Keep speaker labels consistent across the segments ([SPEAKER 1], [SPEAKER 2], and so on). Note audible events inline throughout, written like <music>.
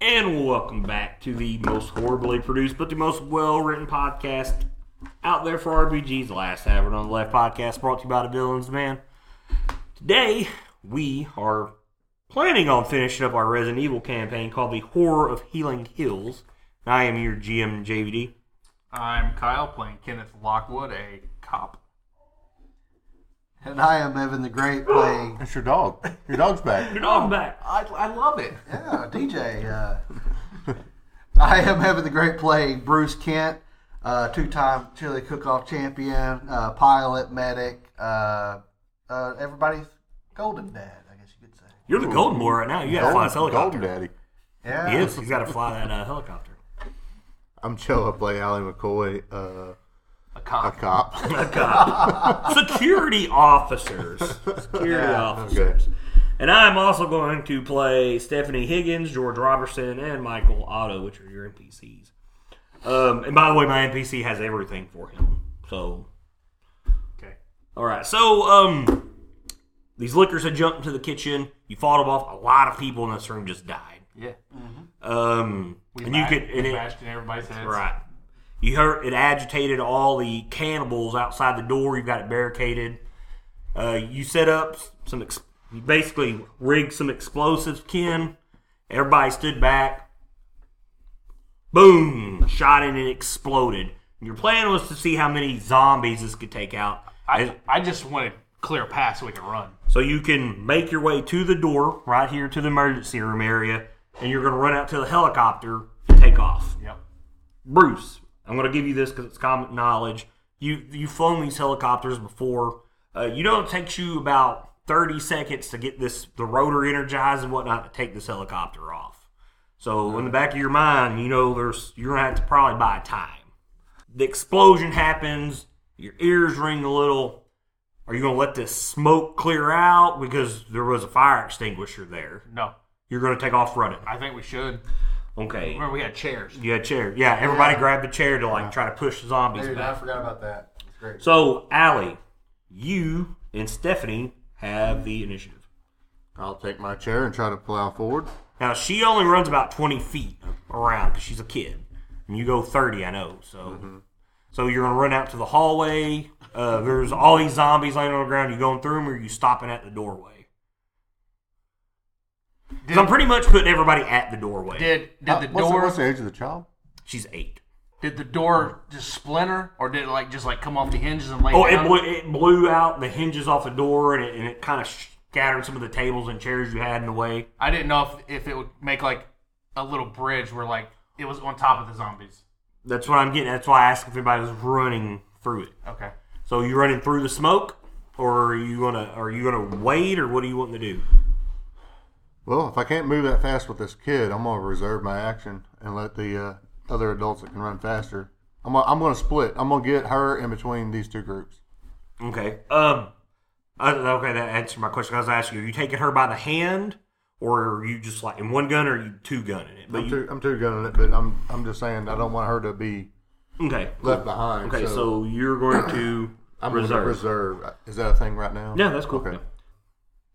[SPEAKER 1] And welcome back to the most horribly produced but the most well written podcast out there for RBG's Last Tavern on the Left podcast brought to you by the Villains Man. Today we are planning on finishing up our Resident Evil campaign called The Horror of Healing Hills. And I am your GM JVD.
[SPEAKER 2] I'm Kyle playing Kenneth Lockwood, a cop.
[SPEAKER 3] And I am Evan the Great playing.
[SPEAKER 4] It's your dog. Your dog's back.
[SPEAKER 1] Your dog back.
[SPEAKER 2] I, I love it.
[SPEAKER 3] Yeah, DJ. Uh, I am Evan the Great playing Bruce Kent, uh, two time Chili Cook Off champion, uh, pilot, medic, uh, uh, everybody's golden dad, I guess you could say.
[SPEAKER 1] You're the golden boy right now. You gotta fly this
[SPEAKER 4] Golden,
[SPEAKER 1] helicopter.
[SPEAKER 4] Golden Daddy.
[SPEAKER 3] Yeah.
[SPEAKER 1] Yes, you gotta fly that uh, helicopter.
[SPEAKER 4] I'm Joe. I play Allie McCoy, uh,
[SPEAKER 2] A
[SPEAKER 4] a
[SPEAKER 2] cop.
[SPEAKER 1] <laughs>
[SPEAKER 4] cop.
[SPEAKER 1] Security officers. Security officers.
[SPEAKER 4] okay.
[SPEAKER 1] And I'm also going to play Stephanie Higgins, George Robertson, and Michael Otto, which are your NPCs. Um, and by the way, my NPC has everything for him. So,
[SPEAKER 2] Okay.
[SPEAKER 1] all right. So, um, these liquors had jumped into the kitchen. You fought them off. A lot of people in this room just died.
[SPEAKER 2] Yeah.
[SPEAKER 1] Um,
[SPEAKER 2] We
[SPEAKER 1] and you
[SPEAKER 2] bashed-
[SPEAKER 1] could, and
[SPEAKER 2] we
[SPEAKER 1] it,
[SPEAKER 2] bashed in everybody's heads.
[SPEAKER 1] Right. You heard it agitated all the cannibals outside the door. You've got it barricaded. Uh, you set up some, ex- you basically rigged some explosives, Ken. Everybody stood back. Boom! Shot and it exploded. Your plan was to see how many zombies this could take out.
[SPEAKER 2] I, I just wanted clear path so we can run.
[SPEAKER 1] So you can make your way to the door right here to the emergency room area, and you're going to run out to the helicopter and take off.
[SPEAKER 2] Yep.
[SPEAKER 1] Bruce, I'm going to give you this because it's common knowledge. You you've flown these helicopters before. Uh, you know it takes you about 30 seconds to get this the rotor energized and whatnot to take this helicopter off. So in the back of your mind, you know there's you're going to have to probably buy time. The explosion happens. Your ears ring a little. Are you going to let this smoke clear out because there was a fire extinguisher there?
[SPEAKER 2] No.
[SPEAKER 1] You're going to take off running.
[SPEAKER 2] I think we should.
[SPEAKER 1] Okay.
[SPEAKER 2] Remember, we had chairs.
[SPEAKER 1] Yeah, chair. Yeah, everybody grabbed a chair to like try to push the zombies
[SPEAKER 3] Dude, I
[SPEAKER 1] back.
[SPEAKER 3] forgot about that. It's great.
[SPEAKER 1] So, Allie, you and Stephanie have the initiative.
[SPEAKER 4] I'll take my chair and try to plow forward.
[SPEAKER 1] Now she only runs about twenty feet around because she's a kid, and you go thirty. I know. So, so you're gonna run out to the hallway. Uh, there's all these zombies laying on the ground. You going through them, or you stopping at the doorway? 'Cause I'm pretty much putting everybody at the doorway.
[SPEAKER 2] Did did
[SPEAKER 4] How-
[SPEAKER 2] the
[SPEAKER 4] Uh, what's, the,
[SPEAKER 2] door
[SPEAKER 4] what's the age of the child?
[SPEAKER 1] She's eight.
[SPEAKER 2] did the door just splinter or did it like just like come off the hinges and lay
[SPEAKER 1] Oh, it
[SPEAKER 2] down?
[SPEAKER 1] blew, it blew out the hinges off the door, and it, and it kind of scattered some of the tables and chairs you had in the way.
[SPEAKER 2] I didn't know if, if it would make like a little bridge where like it was on top of the zombies.
[SPEAKER 1] That's what I'm getting. That's why I asked if anybody was running through it.
[SPEAKER 2] Okay.
[SPEAKER 1] So you running through the smoke, or are you gonna are you gonna wait, or what are you wanting to do?
[SPEAKER 4] Well, if I can't move that fast with this kid, I'm gonna reserve my action and let the uh, other adults that can run faster. I'm gonna, I'm gonna split. I'm gonna get her in between these two groups.
[SPEAKER 1] Okay. Um. I, okay, that answered my question. I was asking, are you taking her by the hand, or are you just like in one gun, or are you two gunning it? But
[SPEAKER 4] I'm
[SPEAKER 1] you,
[SPEAKER 4] too, I'm too gunning it, but I'm I'm just saying I don't want her to be
[SPEAKER 1] okay.
[SPEAKER 4] left behind.
[SPEAKER 1] Okay, so, you're going to
[SPEAKER 4] <coughs> I'm gonna
[SPEAKER 1] reserve.
[SPEAKER 4] reserve. Is that a thing right now?
[SPEAKER 1] Yeah, that's cool.
[SPEAKER 4] Okay.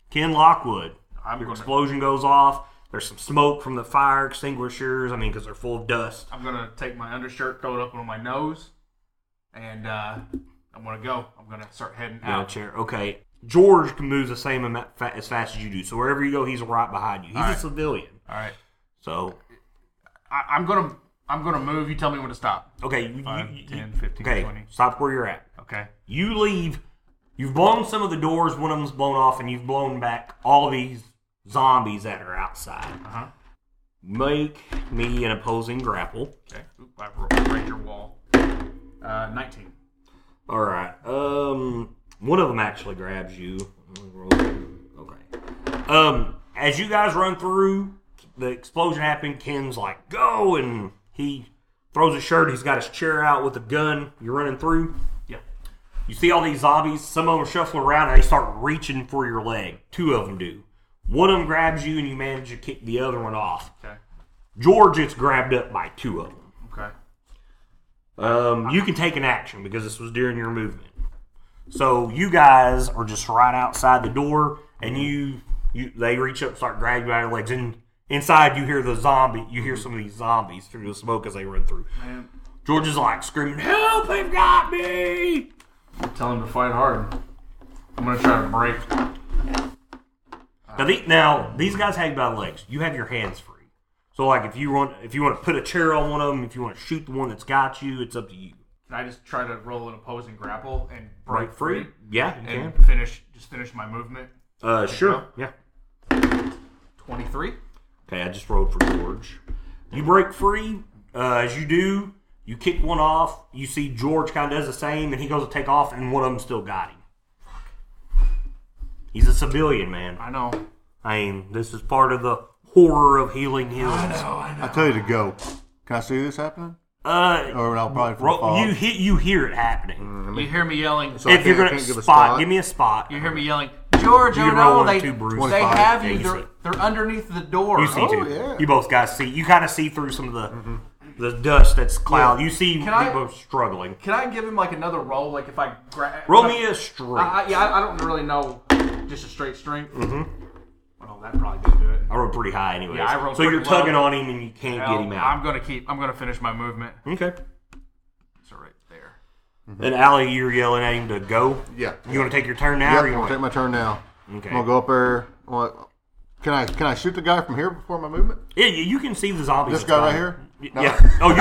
[SPEAKER 1] Ken Lockwood.
[SPEAKER 2] I'm
[SPEAKER 1] Your
[SPEAKER 2] gonna-
[SPEAKER 1] explosion goes off. There's some smoke from the fire extinguishers. I mean, because they're full of dust.
[SPEAKER 2] I'm gonna take my undershirt, throw it up on my nose, and uh, I'm gonna go. I'm gonna start heading
[SPEAKER 1] Out
[SPEAKER 2] out.
[SPEAKER 1] chair. Okay. George can move the same amount fa- as fast as you do. So wherever you go, he's right behind you. He's a
[SPEAKER 2] Alright.
[SPEAKER 1] civilian.
[SPEAKER 2] All right,
[SPEAKER 1] So
[SPEAKER 2] I, I'm gonna I'm gonna move. You tell me when to stop.
[SPEAKER 1] okay, you, you-
[SPEAKER 2] Five,
[SPEAKER 1] you-
[SPEAKER 2] 10, 15,
[SPEAKER 1] okay,
[SPEAKER 2] 20.
[SPEAKER 1] stop where you're at.
[SPEAKER 2] Okay.
[SPEAKER 1] You leave. You've blown some of the doors. One of them's blown off, and you've blown back all these zombies that are outside.
[SPEAKER 2] Uh huh.
[SPEAKER 1] Make me an opposing grapple.
[SPEAKER 2] Okay. Oop, I rolled right your wall. Uh, 19.
[SPEAKER 1] All right. Um, one of them actually grabs you. Okay. Um, as you guys run through, the explosion happened. Ken's like, "Go!" and he throws his shirt. He's got his chair out with a gun. You're running through.
[SPEAKER 2] Yeah.
[SPEAKER 1] You see all these zombies. Some of them shuffle around and they start reaching for your leg. Two of them do. One of them grabs you and you manage to kick the other one off.
[SPEAKER 2] Okay.
[SPEAKER 1] George gets grabbed up by two of them.
[SPEAKER 2] Okay.
[SPEAKER 1] Um, you can take an action because this was during your movement. So you guys are just right outside the door, and you, you they reach up, and start grabbing you by your legs, and Inside, you hear the zombie. You hear some of these zombies through the smoke as they run through.
[SPEAKER 2] Man,
[SPEAKER 1] George is like screaming, "Help! They've got me!"
[SPEAKER 2] tell him to fight hard. I'm gonna try to break.
[SPEAKER 1] Now, the, now these guys hang by the legs. You have your hands free. So, like, if you want, if you want to put a chair on one of them, if you want to shoot the one that's got you, it's up to you.
[SPEAKER 2] Can I just try to roll an opposing grapple and break
[SPEAKER 1] Break
[SPEAKER 2] free?
[SPEAKER 1] free? Yeah, you
[SPEAKER 2] and
[SPEAKER 1] can.
[SPEAKER 2] finish. Just finish my movement.
[SPEAKER 1] Uh, sure. Yeah.
[SPEAKER 2] Twenty-three.
[SPEAKER 1] Okay, I just rolled for George. You break free. Uh, as you do, you kick one off. You see George kind of does the same, and he goes to take off, and one of them still got him. He's a civilian, man.
[SPEAKER 2] I know.
[SPEAKER 1] I mean, this is part of the horror of healing hills.
[SPEAKER 4] I tell you to go. Can I see this happening?
[SPEAKER 1] Uh,
[SPEAKER 4] Or I'll probably
[SPEAKER 1] ro-
[SPEAKER 4] fall.
[SPEAKER 1] you hit, you hear it happening.
[SPEAKER 2] You hear me yelling.
[SPEAKER 4] So I
[SPEAKER 1] if you're
[SPEAKER 4] can't- I
[SPEAKER 1] gonna
[SPEAKER 4] can't give a
[SPEAKER 1] spot,
[SPEAKER 4] spot.
[SPEAKER 1] give me a spot.
[SPEAKER 2] You hear me yelling, George,
[SPEAKER 1] You
[SPEAKER 2] oh
[SPEAKER 1] can roll
[SPEAKER 2] no,
[SPEAKER 1] on
[SPEAKER 2] they,
[SPEAKER 1] two, Bruce.
[SPEAKER 2] they
[SPEAKER 4] 25.
[SPEAKER 2] have
[SPEAKER 1] Yeah,
[SPEAKER 2] you.
[SPEAKER 1] you
[SPEAKER 2] They're,
[SPEAKER 1] see.
[SPEAKER 2] they're underneath the door.
[SPEAKER 1] You see
[SPEAKER 4] Oh,
[SPEAKER 1] too.
[SPEAKER 4] yeah.
[SPEAKER 1] You both guys see. You kind of see through some of the the dust that's cloud. You see
[SPEAKER 2] Can I-
[SPEAKER 1] people struggling.
[SPEAKER 2] Can I give him like another roll? Like if I grab.
[SPEAKER 1] Roll me a straight.
[SPEAKER 2] I, I, yeah, I I don't really know. Just a straight strength. Mm-hmm. Well, that probably didn't do it.
[SPEAKER 1] I rolled pretty high anyway.
[SPEAKER 2] Yeah, I rolled
[SPEAKER 1] so you're
[SPEAKER 2] pretty low.
[SPEAKER 1] tugging on him and you can't
[SPEAKER 2] Well,
[SPEAKER 1] get him
[SPEAKER 2] I'm
[SPEAKER 1] out.
[SPEAKER 2] gonna keep. I'm gonna finish my movement.
[SPEAKER 1] okay.
[SPEAKER 2] So right there.
[SPEAKER 4] Mm-hmm.
[SPEAKER 1] And Allie, you're yelling at him to go.
[SPEAKER 4] Yeah.
[SPEAKER 1] You want to take your turn now, or
[SPEAKER 4] Yep, I'm
[SPEAKER 1] you
[SPEAKER 4] gonna
[SPEAKER 1] want?
[SPEAKER 4] take my turn now.
[SPEAKER 1] Okay.
[SPEAKER 4] I'm gonna go up there. I'm gonna- Can I can I shoot the guy from here before my movement?
[SPEAKER 1] Yeah, you you can see the zombies.
[SPEAKER 4] This
[SPEAKER 1] that's
[SPEAKER 4] guy right
[SPEAKER 1] coming.
[SPEAKER 4] here.
[SPEAKER 1] Y- Yeah. Oh, you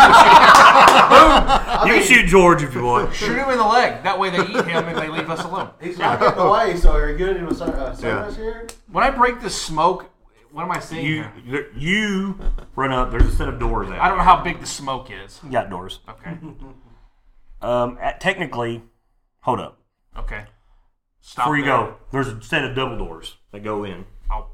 [SPEAKER 1] can shoot. <laughs>
[SPEAKER 4] <laughs>
[SPEAKER 1] you can shoot George if you want.
[SPEAKER 2] Shoot him in the leg. That way they eat him and they leave us alone.
[SPEAKER 3] He's not <laughs> getting away, so are you good in a ser- uh, service here?
[SPEAKER 2] When I break this smoke, what am I seeing?
[SPEAKER 1] You
[SPEAKER 2] here?
[SPEAKER 1] there- you run up. There's a set of doors there.
[SPEAKER 2] I don't know how big the smoke is.
[SPEAKER 1] You got doors.
[SPEAKER 2] Okay.
[SPEAKER 1] Um, at, technically, hold up.
[SPEAKER 2] Okay. Stop.
[SPEAKER 1] Before you
[SPEAKER 2] there.
[SPEAKER 1] go, there's a set of double doors that go in.
[SPEAKER 2] I'll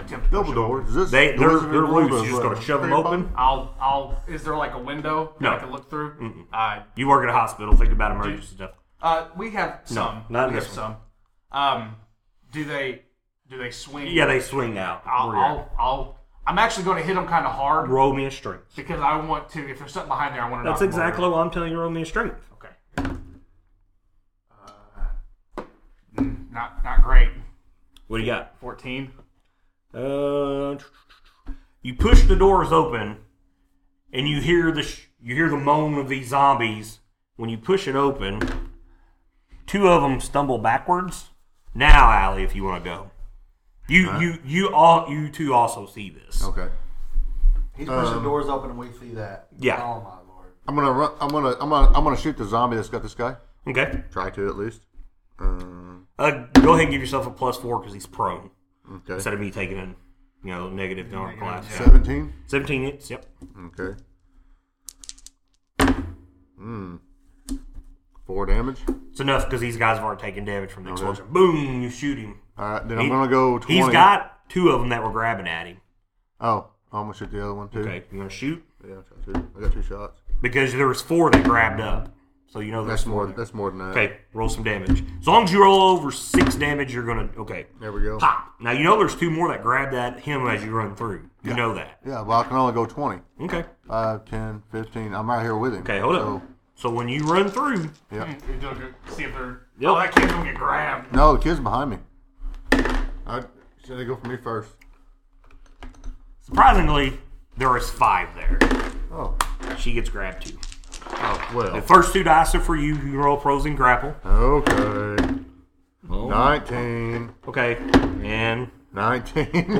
[SPEAKER 2] attempt to
[SPEAKER 4] Double
[SPEAKER 2] push
[SPEAKER 4] door. Is this
[SPEAKER 1] They
[SPEAKER 4] the
[SPEAKER 1] they're,
[SPEAKER 4] Wizard
[SPEAKER 1] they're
[SPEAKER 4] of Oz
[SPEAKER 1] loose.
[SPEAKER 4] or
[SPEAKER 1] You just
[SPEAKER 4] what?
[SPEAKER 1] gotta shove them
[SPEAKER 4] Harry Potter?
[SPEAKER 1] open.
[SPEAKER 2] I'll, I'll. Is there like a window that
[SPEAKER 1] No.
[SPEAKER 2] I can look through? Uh,
[SPEAKER 1] You work at a hospital. Think about emergency stuff.
[SPEAKER 2] uh, we have some.
[SPEAKER 1] not
[SPEAKER 2] we have
[SPEAKER 1] this
[SPEAKER 2] some. Um, do they, do they swing?
[SPEAKER 1] Yeah, they swing out.
[SPEAKER 2] I'll,
[SPEAKER 1] Where you at?
[SPEAKER 2] I'll, I'll. I'm actually going to hit them kind of hard
[SPEAKER 1] roll me a strength.
[SPEAKER 2] because I want to. If there's something behind there, I want to.
[SPEAKER 1] That's exactly why I'm telling you roll me a strength.
[SPEAKER 2] Okay. Uh, mm, not, not great.
[SPEAKER 1] What do you got?
[SPEAKER 2] Fourteen.
[SPEAKER 1] Uh, you push the doors open, and you hear the sh- you hear the moan of these zombies. When you push it open, two of them stumble backwards. Now, Allie, if you want to go, you you you all you two also see this.
[SPEAKER 4] Okay.
[SPEAKER 3] He's pushing doors open and we see that.
[SPEAKER 1] Um, Yeah.
[SPEAKER 3] Oh my <laughs> lord.
[SPEAKER 4] I'm gonna run. I'm gonna I'm gonna I'm gonna shoot the zombie that's got this guy.
[SPEAKER 1] Okay,
[SPEAKER 4] Try to at least. Um,
[SPEAKER 1] uh, go ahead and give yourself a plus four because he's prone
[SPEAKER 4] okay.
[SPEAKER 1] instead of me taking a you know negative to armor class.
[SPEAKER 4] Seventeen.
[SPEAKER 1] Seventeen hits. Yep.
[SPEAKER 4] Okay. Hmm. Four damage.
[SPEAKER 1] It's enough because these guys have already taken damage from the explosion. Boom! You shoot him.
[SPEAKER 4] All right. Then
[SPEAKER 1] He-
[SPEAKER 4] I'm gonna go twenty.
[SPEAKER 1] He's got two of them that were grabbing at him.
[SPEAKER 4] Oh, I'm gonna shoot the other one too.
[SPEAKER 1] Okay, you want to shoot
[SPEAKER 4] Yeah, I'll try two. I got two shots.
[SPEAKER 1] because there was four that grabbed up, so you know there's
[SPEAKER 4] That's more.
[SPEAKER 1] Four there.
[SPEAKER 4] That's more than that.
[SPEAKER 1] Okay, roll some damage. As long as you roll over six damage, you're gonna okay.
[SPEAKER 4] There we go.
[SPEAKER 1] Pop. Now you know there's two more that grabbed at him as you run through. You know that.
[SPEAKER 4] Yeah, well, I can only go 20.
[SPEAKER 1] Okay.
[SPEAKER 4] 5, 10, 15. I'm right here with him.
[SPEAKER 1] Okay, hold up. So when you run through,
[SPEAKER 4] Yeah.
[SPEAKER 2] You don't get- See if they're.
[SPEAKER 1] Yep.
[SPEAKER 2] Oh, that kid's gonna get grabbed.
[SPEAKER 4] No, the kid's behind me. I, should they go for me first?
[SPEAKER 1] surprisingly, there is five there.
[SPEAKER 4] Oh.
[SPEAKER 1] She gets grabbed too.
[SPEAKER 4] Oh,
[SPEAKER 1] The
[SPEAKER 4] well.
[SPEAKER 1] first two dice are for you. You can roll pros and grapple.
[SPEAKER 4] Okay. Oh. 19.
[SPEAKER 1] Okay, and
[SPEAKER 4] 19.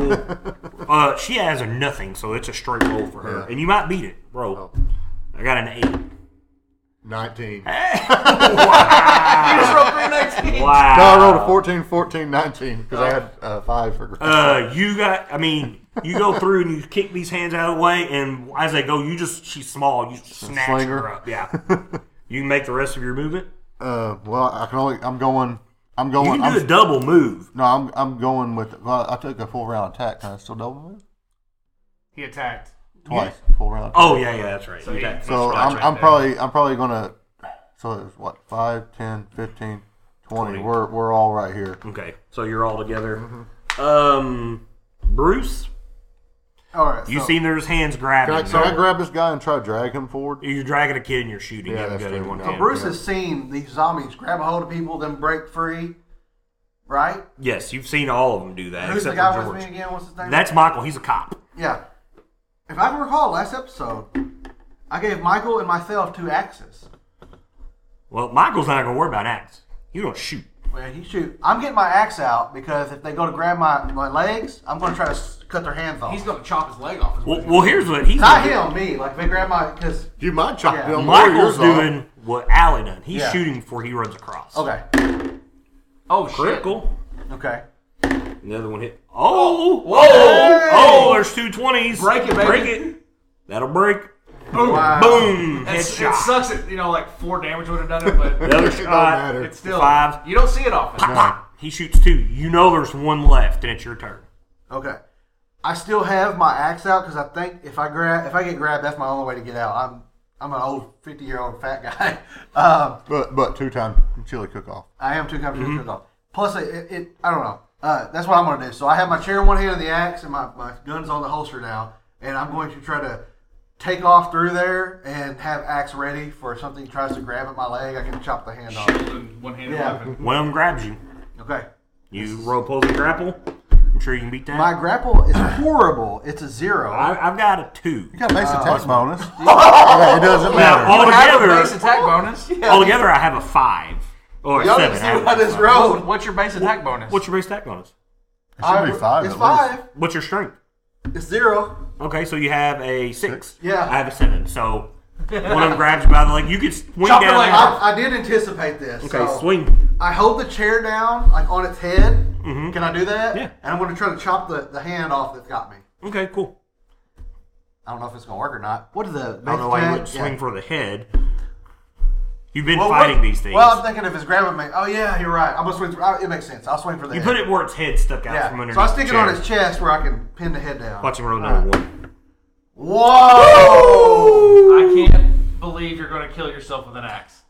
[SPEAKER 1] Uh, she has a nothing, so it's a straight roll for her,
[SPEAKER 4] Yeah. Oh.
[SPEAKER 1] and you might beat it, bro.
[SPEAKER 4] <laughs>
[SPEAKER 1] I got an eight.
[SPEAKER 4] 19.
[SPEAKER 1] Wow.
[SPEAKER 4] No, I rolled a 14, 14, 19 because I had uh, 5 for
[SPEAKER 1] Oh. Uh, you got. I mean, you go through and you kick these hands out of the way, and as they go, you just she's small. You just snatch
[SPEAKER 4] Sling
[SPEAKER 1] her.
[SPEAKER 4] her.
[SPEAKER 1] up.
[SPEAKER 4] <laughs>
[SPEAKER 1] Yeah. you can make the rest of your movement.
[SPEAKER 4] Uh, well, I can only. I'm going. I'm
[SPEAKER 1] You
[SPEAKER 4] going.
[SPEAKER 1] can do a
[SPEAKER 4] I'm,
[SPEAKER 1] double move.
[SPEAKER 4] no, I'm, I'm going with. Well, I took a full round attack. Can I still double move?
[SPEAKER 2] He attacked.
[SPEAKER 4] Twice. Full round
[SPEAKER 1] Oh yeah, yeah, that's right. You got-
[SPEAKER 4] So
[SPEAKER 2] That's
[SPEAKER 4] I'm,
[SPEAKER 2] right
[SPEAKER 4] I'm
[SPEAKER 2] there.
[SPEAKER 4] probably I'm probably gonna. So it's what 5, 10, 15, 20.
[SPEAKER 1] 20.
[SPEAKER 4] We're we're all right here.
[SPEAKER 1] okay, so you're all together.
[SPEAKER 4] Mm-hmm.
[SPEAKER 1] Um, Bruce,
[SPEAKER 3] All right.
[SPEAKER 1] you
[SPEAKER 3] so-
[SPEAKER 1] seen there's hands grabbing.
[SPEAKER 4] Can I, can I grab this guy and try to drag him forward?
[SPEAKER 1] You're dragging a kid and you're shooting.
[SPEAKER 4] Yeah,
[SPEAKER 1] him
[SPEAKER 4] that's
[SPEAKER 1] good in
[SPEAKER 4] true.
[SPEAKER 1] one
[SPEAKER 4] So
[SPEAKER 1] hand.
[SPEAKER 3] Bruce has seen these zombies grab a hold of people, then break free, right?
[SPEAKER 1] Yes, you've seen all of them do that.
[SPEAKER 3] Who's the
[SPEAKER 1] except
[SPEAKER 3] guy
[SPEAKER 1] for
[SPEAKER 3] with
[SPEAKER 1] George.
[SPEAKER 3] me again? What's his name?
[SPEAKER 1] That's Michael. He's a cop.
[SPEAKER 3] Yeah. If I can recall last episode, I gave Michael and myself two axes.
[SPEAKER 1] Well, Michael's not gonna worry about axe. He's gonna shoot.
[SPEAKER 3] Well, he shoot. I'm getting my axe out because if they go to grab my, my legs, I'm going to try to s- cut their hands off.
[SPEAKER 2] He's gonna chop his leg off. is what
[SPEAKER 1] Well,
[SPEAKER 2] he's
[SPEAKER 1] well here's what he's
[SPEAKER 3] Not
[SPEAKER 1] doing.
[SPEAKER 3] him, me. Like if they grab my because
[SPEAKER 4] You might chop
[SPEAKER 3] Yeah.
[SPEAKER 4] them.
[SPEAKER 1] Michael's doing what Allie done. He's
[SPEAKER 3] Yeah.
[SPEAKER 1] shooting before he runs across.
[SPEAKER 3] okay,
[SPEAKER 2] gonna- Oh shit!
[SPEAKER 1] Critical.
[SPEAKER 3] okay.
[SPEAKER 1] Another one hit. Oh, whoa,
[SPEAKER 3] Hey!
[SPEAKER 1] oh, there's two 20s.
[SPEAKER 2] Break it, baby.
[SPEAKER 1] Break it. That'll break.
[SPEAKER 2] Boom.
[SPEAKER 3] Wow.
[SPEAKER 1] Boom.
[SPEAKER 2] It's,
[SPEAKER 1] Headshot.
[SPEAKER 2] it sucks that you know like four damage would have done it, but
[SPEAKER 1] The <laughs>
[SPEAKER 4] <laughs>
[SPEAKER 1] other
[SPEAKER 4] don't
[SPEAKER 1] shot.
[SPEAKER 4] matter.
[SPEAKER 2] it's still
[SPEAKER 1] Five.
[SPEAKER 2] You don't see it often.
[SPEAKER 1] Pop. He shoots two. You know there's one left, and it's your turn.
[SPEAKER 3] Okay. I still have my axe out because I think if I grab if I get grabbed, that's my only way to get out. I'm I'm an old fifty year old fat guy. <laughs> um,
[SPEAKER 4] But but two time chili cook off.
[SPEAKER 3] I am too comfortable
[SPEAKER 4] Mm-hmm.
[SPEAKER 3] to off. Plus, it, it, it I don't know. Uh, that's what I'm gonna do. So I have my chair in one hand and the axe, and my, my gun's on the holster now, and I'm going to try to take off through there and have axe ready for if something tries to grab at my leg. I can chop the hand off.
[SPEAKER 2] One handed
[SPEAKER 3] Yeah.
[SPEAKER 2] weapon.
[SPEAKER 1] One of them grabs you.
[SPEAKER 3] Okay.
[SPEAKER 1] You roll pulls and grapple. I'm sure you can beat that.
[SPEAKER 3] My grapple is horrible. It's a zero.
[SPEAKER 4] <laughs>
[SPEAKER 1] I, I've got a two.
[SPEAKER 4] You got a base attack bonus. Yeah, it doesn't matter.
[SPEAKER 2] Have a base
[SPEAKER 1] Altogether,
[SPEAKER 2] attack bonus.
[SPEAKER 1] altogether, I have a five or a
[SPEAKER 3] Y'all
[SPEAKER 1] seven.
[SPEAKER 3] didn't
[SPEAKER 1] I
[SPEAKER 3] see
[SPEAKER 1] have
[SPEAKER 3] what
[SPEAKER 1] a
[SPEAKER 3] is
[SPEAKER 1] five.
[SPEAKER 3] rolled.
[SPEAKER 2] What's your base attack bonus?
[SPEAKER 1] What's your base attack bonus?
[SPEAKER 4] It should be five.
[SPEAKER 3] It's
[SPEAKER 4] at least.
[SPEAKER 3] five.
[SPEAKER 1] What's your strength?
[SPEAKER 3] It's zero.
[SPEAKER 1] Okay, so you have a six.
[SPEAKER 3] Yeah.
[SPEAKER 1] I have a seven. So one of them grabs you by the leg. You could swing
[SPEAKER 2] Chop
[SPEAKER 1] down.
[SPEAKER 2] the leg off.
[SPEAKER 3] I, I did anticipate this.
[SPEAKER 1] Okay,
[SPEAKER 3] so
[SPEAKER 1] swing.
[SPEAKER 3] I hold the chair down like on its head. Can I do that?
[SPEAKER 1] Mm-hmm. Yeah.
[SPEAKER 3] And I'm going to try to chop the, the hand off that got me.
[SPEAKER 1] Okay, cool.
[SPEAKER 3] I don't know if it's going to work or not. What is the?
[SPEAKER 1] I don't know why you wouldn't swing for the head. You've been fighting these things.
[SPEAKER 3] Well, I'm thinking if it's grabbing me. Oh yeah, you're right. I'm gonna swing. For, I- it makes sense. I'll swing for the.
[SPEAKER 1] you
[SPEAKER 3] head.
[SPEAKER 1] put it where its head stuck out
[SPEAKER 3] Yeah.
[SPEAKER 1] from underneath.
[SPEAKER 3] So I stick it
[SPEAKER 1] the
[SPEAKER 3] on Uh.
[SPEAKER 1] chair.
[SPEAKER 3] his chest where I can pin the head down.
[SPEAKER 1] Watch him roll another one.
[SPEAKER 3] Whoa!
[SPEAKER 2] I can't believe you're gonna kill yourself with an axe.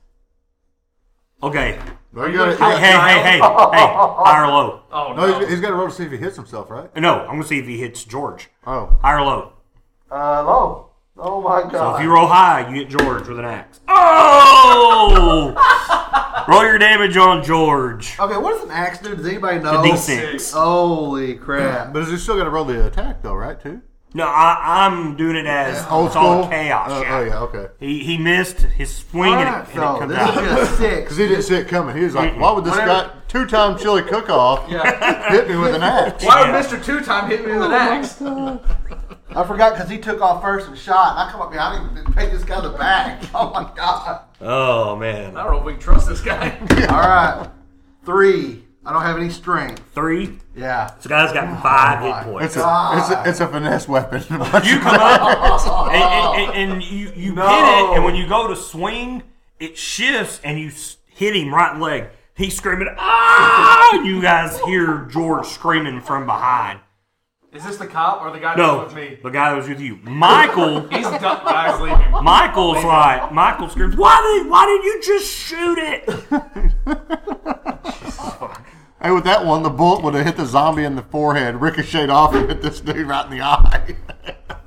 [SPEAKER 1] Okay.
[SPEAKER 4] Very good.
[SPEAKER 1] Hey, hey, hey, hey, hey. High or low?
[SPEAKER 2] Oh no!
[SPEAKER 4] No, he's, he's got to roll to see if he hits himself, right?
[SPEAKER 1] No, I'm gonna see if he hits George.
[SPEAKER 4] Oh,
[SPEAKER 1] High or low?
[SPEAKER 3] Uh, low. Oh my
[SPEAKER 1] So
[SPEAKER 3] god.
[SPEAKER 1] if you roll high, you hit George with an axe. Oh! roll your damage on George.
[SPEAKER 3] okay, what does an axe do? Does anybody know?
[SPEAKER 1] D6.
[SPEAKER 3] Holy crap!
[SPEAKER 4] but is he still got to roll the attack though, right? Too
[SPEAKER 1] No, I, I'm doing it as it's all chaos.
[SPEAKER 4] Oh,
[SPEAKER 1] yeah.
[SPEAKER 4] oh yeah, okay.
[SPEAKER 1] He, he missed his swing and,
[SPEAKER 3] Alright,
[SPEAKER 1] it, and it comes
[SPEAKER 3] so this is
[SPEAKER 1] out.
[SPEAKER 3] just
[SPEAKER 1] <laughs>
[SPEAKER 3] six.
[SPEAKER 4] Because he didn't see it coming. He was like, "Why would this
[SPEAKER 3] Whatever.
[SPEAKER 4] guy two-time chili
[SPEAKER 1] <laughs>
[SPEAKER 4] cook-off
[SPEAKER 2] Yeah.
[SPEAKER 4] hit me with an axe?"
[SPEAKER 2] Why would
[SPEAKER 1] Yeah.
[SPEAKER 2] Mister Two Time hit me with an axe?
[SPEAKER 3] I forgot because he took off first and shot. And I come up behind him and take this guy to the back. <laughs> Oh my god!
[SPEAKER 1] Oh
[SPEAKER 2] I
[SPEAKER 1] man,
[SPEAKER 2] don't know if we can trust
[SPEAKER 1] <laughs>
[SPEAKER 2] this guy.
[SPEAKER 3] All right, three. I don't have any strength.
[SPEAKER 1] three.
[SPEAKER 3] Yeah.
[SPEAKER 1] This guy's got five
[SPEAKER 3] my.
[SPEAKER 1] hit points.
[SPEAKER 4] It's a, it's a it's a finesse weapon. <laughs>
[SPEAKER 1] You come up and, and, and, and you you hit it, and when you go to swing, it shifts and you s- hit him right leg. He's screaming, ah! And you guys hear George screaming from behind.
[SPEAKER 2] Is this the cop or the guy
[SPEAKER 1] No,
[SPEAKER 2] that's with me?
[SPEAKER 1] the guy that was with you, Michael.
[SPEAKER 2] He's done. Guys, leave <laughs> him.
[SPEAKER 1] Michael's like, Michael screams, why did why did you just shoot it?
[SPEAKER 4] Hey, with that one, the bullet would have hit the zombie in the forehead, ricocheted off, and hit this dude right in the eye.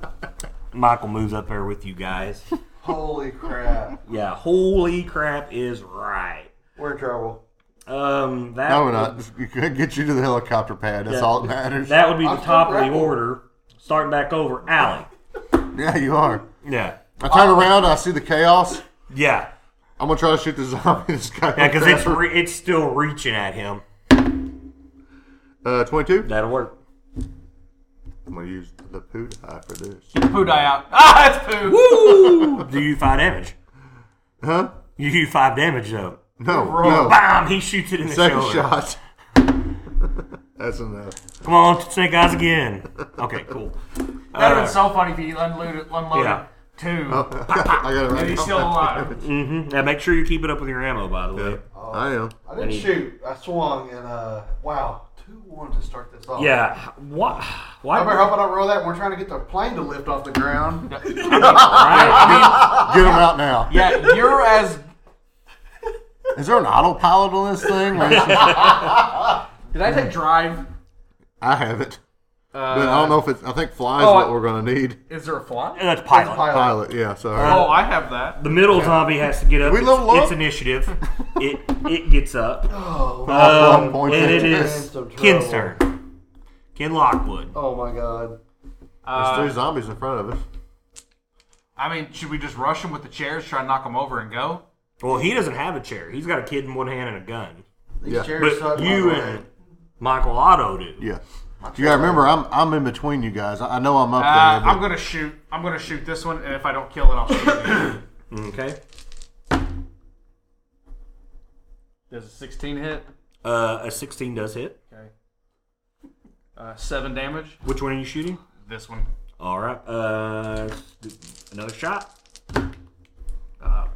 [SPEAKER 4] <laughs>
[SPEAKER 1] Michael moves up there with you guys.
[SPEAKER 3] Holy crap!
[SPEAKER 1] Yeah, holy crap is right.
[SPEAKER 3] We're in trouble.
[SPEAKER 1] Um, that
[SPEAKER 4] no, we're
[SPEAKER 1] would,
[SPEAKER 4] not. We couldn't get you to the helicopter pad. That's
[SPEAKER 1] Yeah.
[SPEAKER 4] all that matters.
[SPEAKER 1] That would be the
[SPEAKER 3] I'm
[SPEAKER 1] top of
[SPEAKER 3] still
[SPEAKER 1] the
[SPEAKER 3] grappling.
[SPEAKER 1] order. Starting back over, Allie.
[SPEAKER 4] yeah, you are.
[SPEAKER 1] Yeah,
[SPEAKER 4] I turn around, I see the chaos.
[SPEAKER 1] yeah,
[SPEAKER 4] I'm gonna try to shoot the <laughs> zombie. This guy.
[SPEAKER 1] yeah, because it's re- it's still reaching at him.
[SPEAKER 4] <laughs> uh, 22.
[SPEAKER 1] That'll work.
[SPEAKER 4] I'm gonna use the poo die for this.
[SPEAKER 2] Poo die out. <laughs> Ah, it's poo.
[SPEAKER 1] Woo! Do you five damage?
[SPEAKER 4] Huh?
[SPEAKER 1] You do five damage though.
[SPEAKER 4] No, no.
[SPEAKER 1] Bam! He shoots it in the
[SPEAKER 4] Second
[SPEAKER 1] shoulder.
[SPEAKER 4] shot. <laughs> That's <laughs> enough.
[SPEAKER 1] Come on, snake eyes again. Okay, cool.
[SPEAKER 2] That would have
[SPEAKER 1] Uh,
[SPEAKER 2] been so funny if he unloaded, unloaded
[SPEAKER 1] Yeah. Oh.
[SPEAKER 2] two.
[SPEAKER 4] I got it
[SPEAKER 2] And
[SPEAKER 4] right.
[SPEAKER 2] he's
[SPEAKER 4] <laughs>
[SPEAKER 2] still
[SPEAKER 1] <laughs>
[SPEAKER 2] alive.
[SPEAKER 1] mm-hmm. yeah, make sure you keep it up with your ammo, by the way.
[SPEAKER 4] I am.
[SPEAKER 3] I didn't shoot. I swung and uh, wow, two one to start this off.
[SPEAKER 1] Yeah. Why?
[SPEAKER 3] I <laughs> better
[SPEAKER 1] Why?
[SPEAKER 3] hope I don't roll that. We're trying to get the plane to lift off the
[SPEAKER 1] <laughs>
[SPEAKER 3] ground.
[SPEAKER 4] Get him out now.
[SPEAKER 2] Yeah, you're as
[SPEAKER 4] Is there an autopilot on this thing? Like, <laughs> I
[SPEAKER 2] Did I take drive?
[SPEAKER 4] have it.
[SPEAKER 1] Uh,
[SPEAKER 4] but I don't know if it's. I think fly is
[SPEAKER 2] oh,
[SPEAKER 4] what
[SPEAKER 2] I-
[SPEAKER 4] we're going to need.
[SPEAKER 2] Is there a fly?
[SPEAKER 1] That's pilot.
[SPEAKER 3] Pilot.
[SPEAKER 4] Pilot, yeah, sorry.
[SPEAKER 2] Oh, I have that.
[SPEAKER 1] The middle zombie has to get up.
[SPEAKER 4] We
[SPEAKER 1] it's,
[SPEAKER 4] level up?
[SPEAKER 1] it's initiative. it it gets up.
[SPEAKER 3] Oh,
[SPEAKER 4] Off one
[SPEAKER 1] Um,
[SPEAKER 4] point.
[SPEAKER 1] and it
[SPEAKER 3] Man,
[SPEAKER 1] is
[SPEAKER 3] some trouble.
[SPEAKER 1] Ken's turn. Ken Lockwood.
[SPEAKER 3] oh my god.
[SPEAKER 4] There's
[SPEAKER 1] uh,
[SPEAKER 4] three zombies in front of us.
[SPEAKER 2] Uh, I mean, should we just rush him with the chairs, try and knock him over, and go?
[SPEAKER 1] Well, he doesn't have a chair. He's got a kid in one hand and a gun.
[SPEAKER 3] These
[SPEAKER 4] Yeah.
[SPEAKER 3] chairs suck.
[SPEAKER 1] But you
[SPEAKER 3] my
[SPEAKER 1] and
[SPEAKER 3] God.
[SPEAKER 1] Michael Otto do.
[SPEAKER 4] Yeah. You gotta remember, I'm I'm in between you guys. I, I know I'm up
[SPEAKER 2] Uh,
[SPEAKER 4] there.
[SPEAKER 2] I'm
[SPEAKER 4] but
[SPEAKER 2] gonna shoot. I'm gonna shoot this one, and if I don't kill it, I'll shoot <coughs> you.
[SPEAKER 1] Okay.
[SPEAKER 2] Does a 16 hit?
[SPEAKER 1] Uh, a 16 does hit.
[SPEAKER 2] Okay. Uh, seven damage.
[SPEAKER 1] Which one are you shooting?
[SPEAKER 2] This one.
[SPEAKER 1] All right. Uh, another shot.
[SPEAKER 2] Uh,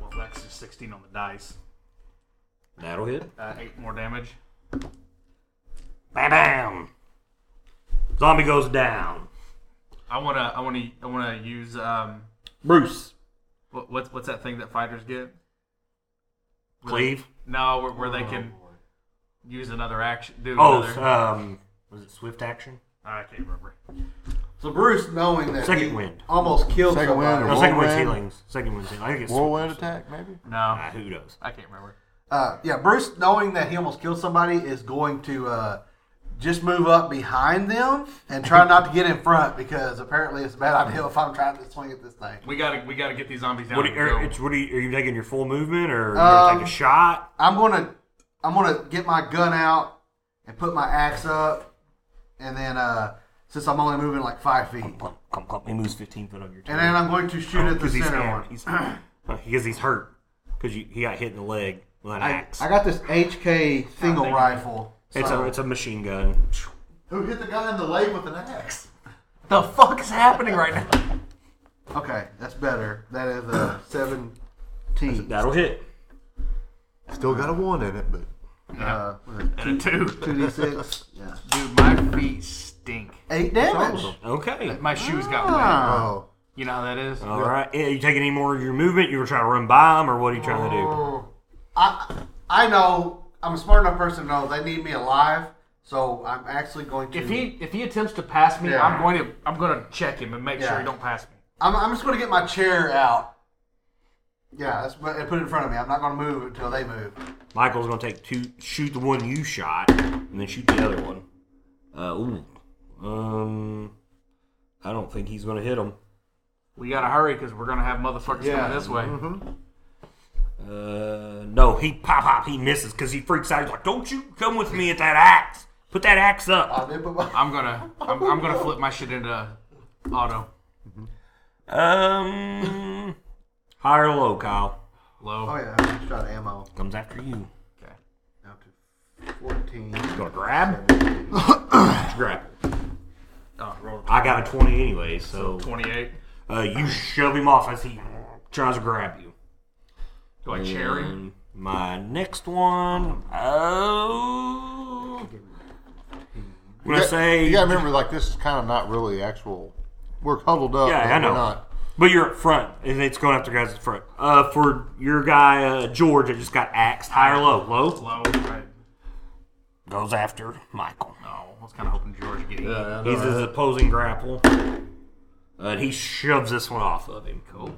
[SPEAKER 2] well, that's just 16 on the dice.
[SPEAKER 1] That'll hit.
[SPEAKER 2] Uh, eight more damage.
[SPEAKER 1] Bam, bam. Zombie goes down.
[SPEAKER 2] I wanna. I wanna. I wanna use. Um,
[SPEAKER 1] Bruce.
[SPEAKER 2] what, what's what's that thing that fighters get?
[SPEAKER 1] Cleave.
[SPEAKER 2] No, where, where they can use another action. Do
[SPEAKER 1] Oh,
[SPEAKER 2] another.
[SPEAKER 1] um, was it swift action?
[SPEAKER 2] I can't remember.
[SPEAKER 3] So Bruce, knowing that
[SPEAKER 1] Second
[SPEAKER 3] he
[SPEAKER 1] wind.
[SPEAKER 3] almost killed
[SPEAKER 4] Second
[SPEAKER 3] somebody,
[SPEAKER 1] No,
[SPEAKER 4] wind
[SPEAKER 1] second wind's
[SPEAKER 4] Whirlwind.
[SPEAKER 1] healings. Second wind's healing. I think it's
[SPEAKER 4] whirlwind attack, maybe.
[SPEAKER 2] No,
[SPEAKER 1] Ah, who knows?
[SPEAKER 2] I can't remember.
[SPEAKER 3] uh, yeah, Bruce, knowing that he almost killed somebody, is going to uh, just move up behind them and try not to get in front because apparently it's a bad idea if I'm trying to swing at this thing.
[SPEAKER 2] We gotta. We gotta get these zombies down.
[SPEAKER 1] What
[SPEAKER 2] and
[SPEAKER 1] are,
[SPEAKER 2] go.
[SPEAKER 1] are, it's, what are, you, are you taking your full movement or you gonna take
[SPEAKER 3] Um,
[SPEAKER 1] a shot?
[SPEAKER 3] I'm gonna I'm gonna get my gun out and put my axe up, and then uh, since I'm only moving like five feet, and
[SPEAKER 1] Clump, clump, clump. He moves 15 foot on your turn.
[SPEAKER 3] then I'm going to shoot at the
[SPEAKER 1] Because he's,
[SPEAKER 3] center
[SPEAKER 1] hammered.
[SPEAKER 3] one.
[SPEAKER 1] He's-
[SPEAKER 3] <clears throat>
[SPEAKER 1] uh, because he's hurt. Because he got hit in the leg with an
[SPEAKER 3] I,
[SPEAKER 1] axe.
[SPEAKER 3] I got uh, this HK single
[SPEAKER 2] thank you.
[SPEAKER 3] rifle.
[SPEAKER 1] it's
[SPEAKER 3] so-
[SPEAKER 1] a it's a machine gun.
[SPEAKER 4] Who hit the guy in the leg with an axe?
[SPEAKER 2] the fuck is happening right <laughs> now?
[SPEAKER 3] okay, that's better. That is a seventeen.
[SPEAKER 1] That'll hit.
[SPEAKER 4] Still got a one in it, but
[SPEAKER 3] Uh,
[SPEAKER 2] And a two.
[SPEAKER 3] two d six. Yeah,
[SPEAKER 2] Dude, my feet stink.
[SPEAKER 3] eight
[SPEAKER 4] that was
[SPEAKER 3] damage.
[SPEAKER 4] a,
[SPEAKER 1] Okay.
[SPEAKER 2] My shoes got wet.
[SPEAKER 3] Ah.
[SPEAKER 4] oh,
[SPEAKER 2] You know how that is.
[SPEAKER 1] All right. Yeah, you taking any more of your movement? You were trying to run by him, or what are you trying to
[SPEAKER 3] Oh.
[SPEAKER 1] do?
[SPEAKER 3] I I know I'm a smart enough person to know they need me alive, so I'm actually going to.
[SPEAKER 2] If he if he attempts to pass me,
[SPEAKER 3] Yeah.
[SPEAKER 2] I'm going to I'm going to check him and make
[SPEAKER 3] Yeah.
[SPEAKER 2] sure he don't pass me.
[SPEAKER 3] I'm, I'm just going to get my chair out. Yeah, that's, but- and put it in front of me. I'm not going to move until they move.
[SPEAKER 1] Michael's gonna take two. Shoot the one you shot, and then shoot the other one. Uh, ooh. Um, I don't think he's gonna hit him.
[SPEAKER 2] We gotta hurry because we're gonna have motherfuckers
[SPEAKER 3] Yeah.
[SPEAKER 2] coming this way.
[SPEAKER 1] Uh, no, he pop pop. He misses because he freaks out. He's like, "Don't you come with me at that axe? Put that axe up."
[SPEAKER 3] I did Uh, put my,
[SPEAKER 2] I'm gonna I'm, I'm gonna flip my shit into auto
[SPEAKER 1] Um, high or low, Kyle
[SPEAKER 2] low.
[SPEAKER 3] oh, yeah, I shot ammo
[SPEAKER 1] comes after you.
[SPEAKER 2] Okay.
[SPEAKER 3] down to 14.
[SPEAKER 1] Gonna grab, grab.
[SPEAKER 2] Oh, roll
[SPEAKER 1] I got a twenty anyway, so
[SPEAKER 2] twenty eight.
[SPEAKER 1] uh, you shove him off as he tries to grab you.
[SPEAKER 2] Do I cherry?
[SPEAKER 1] And my next one, oh, I'm gonna
[SPEAKER 4] You got-
[SPEAKER 1] say,
[SPEAKER 4] you gotta remember, like this is kind of not really actual. We're huddled up.
[SPEAKER 1] Yeah,
[SPEAKER 4] but
[SPEAKER 1] I know.
[SPEAKER 4] We're not.
[SPEAKER 1] but you're up front, and it's going after guys at the front. Uh, for your guy uh, George, I just got axed. High or low? Low
[SPEAKER 2] Low. Right.
[SPEAKER 1] goes after Michael.
[SPEAKER 2] Oh, I was kind of hoping George would get eaten.
[SPEAKER 4] Yeah, I know.
[SPEAKER 1] He's his opposing grapple. Uh, and he shoves this one off of him. Cool.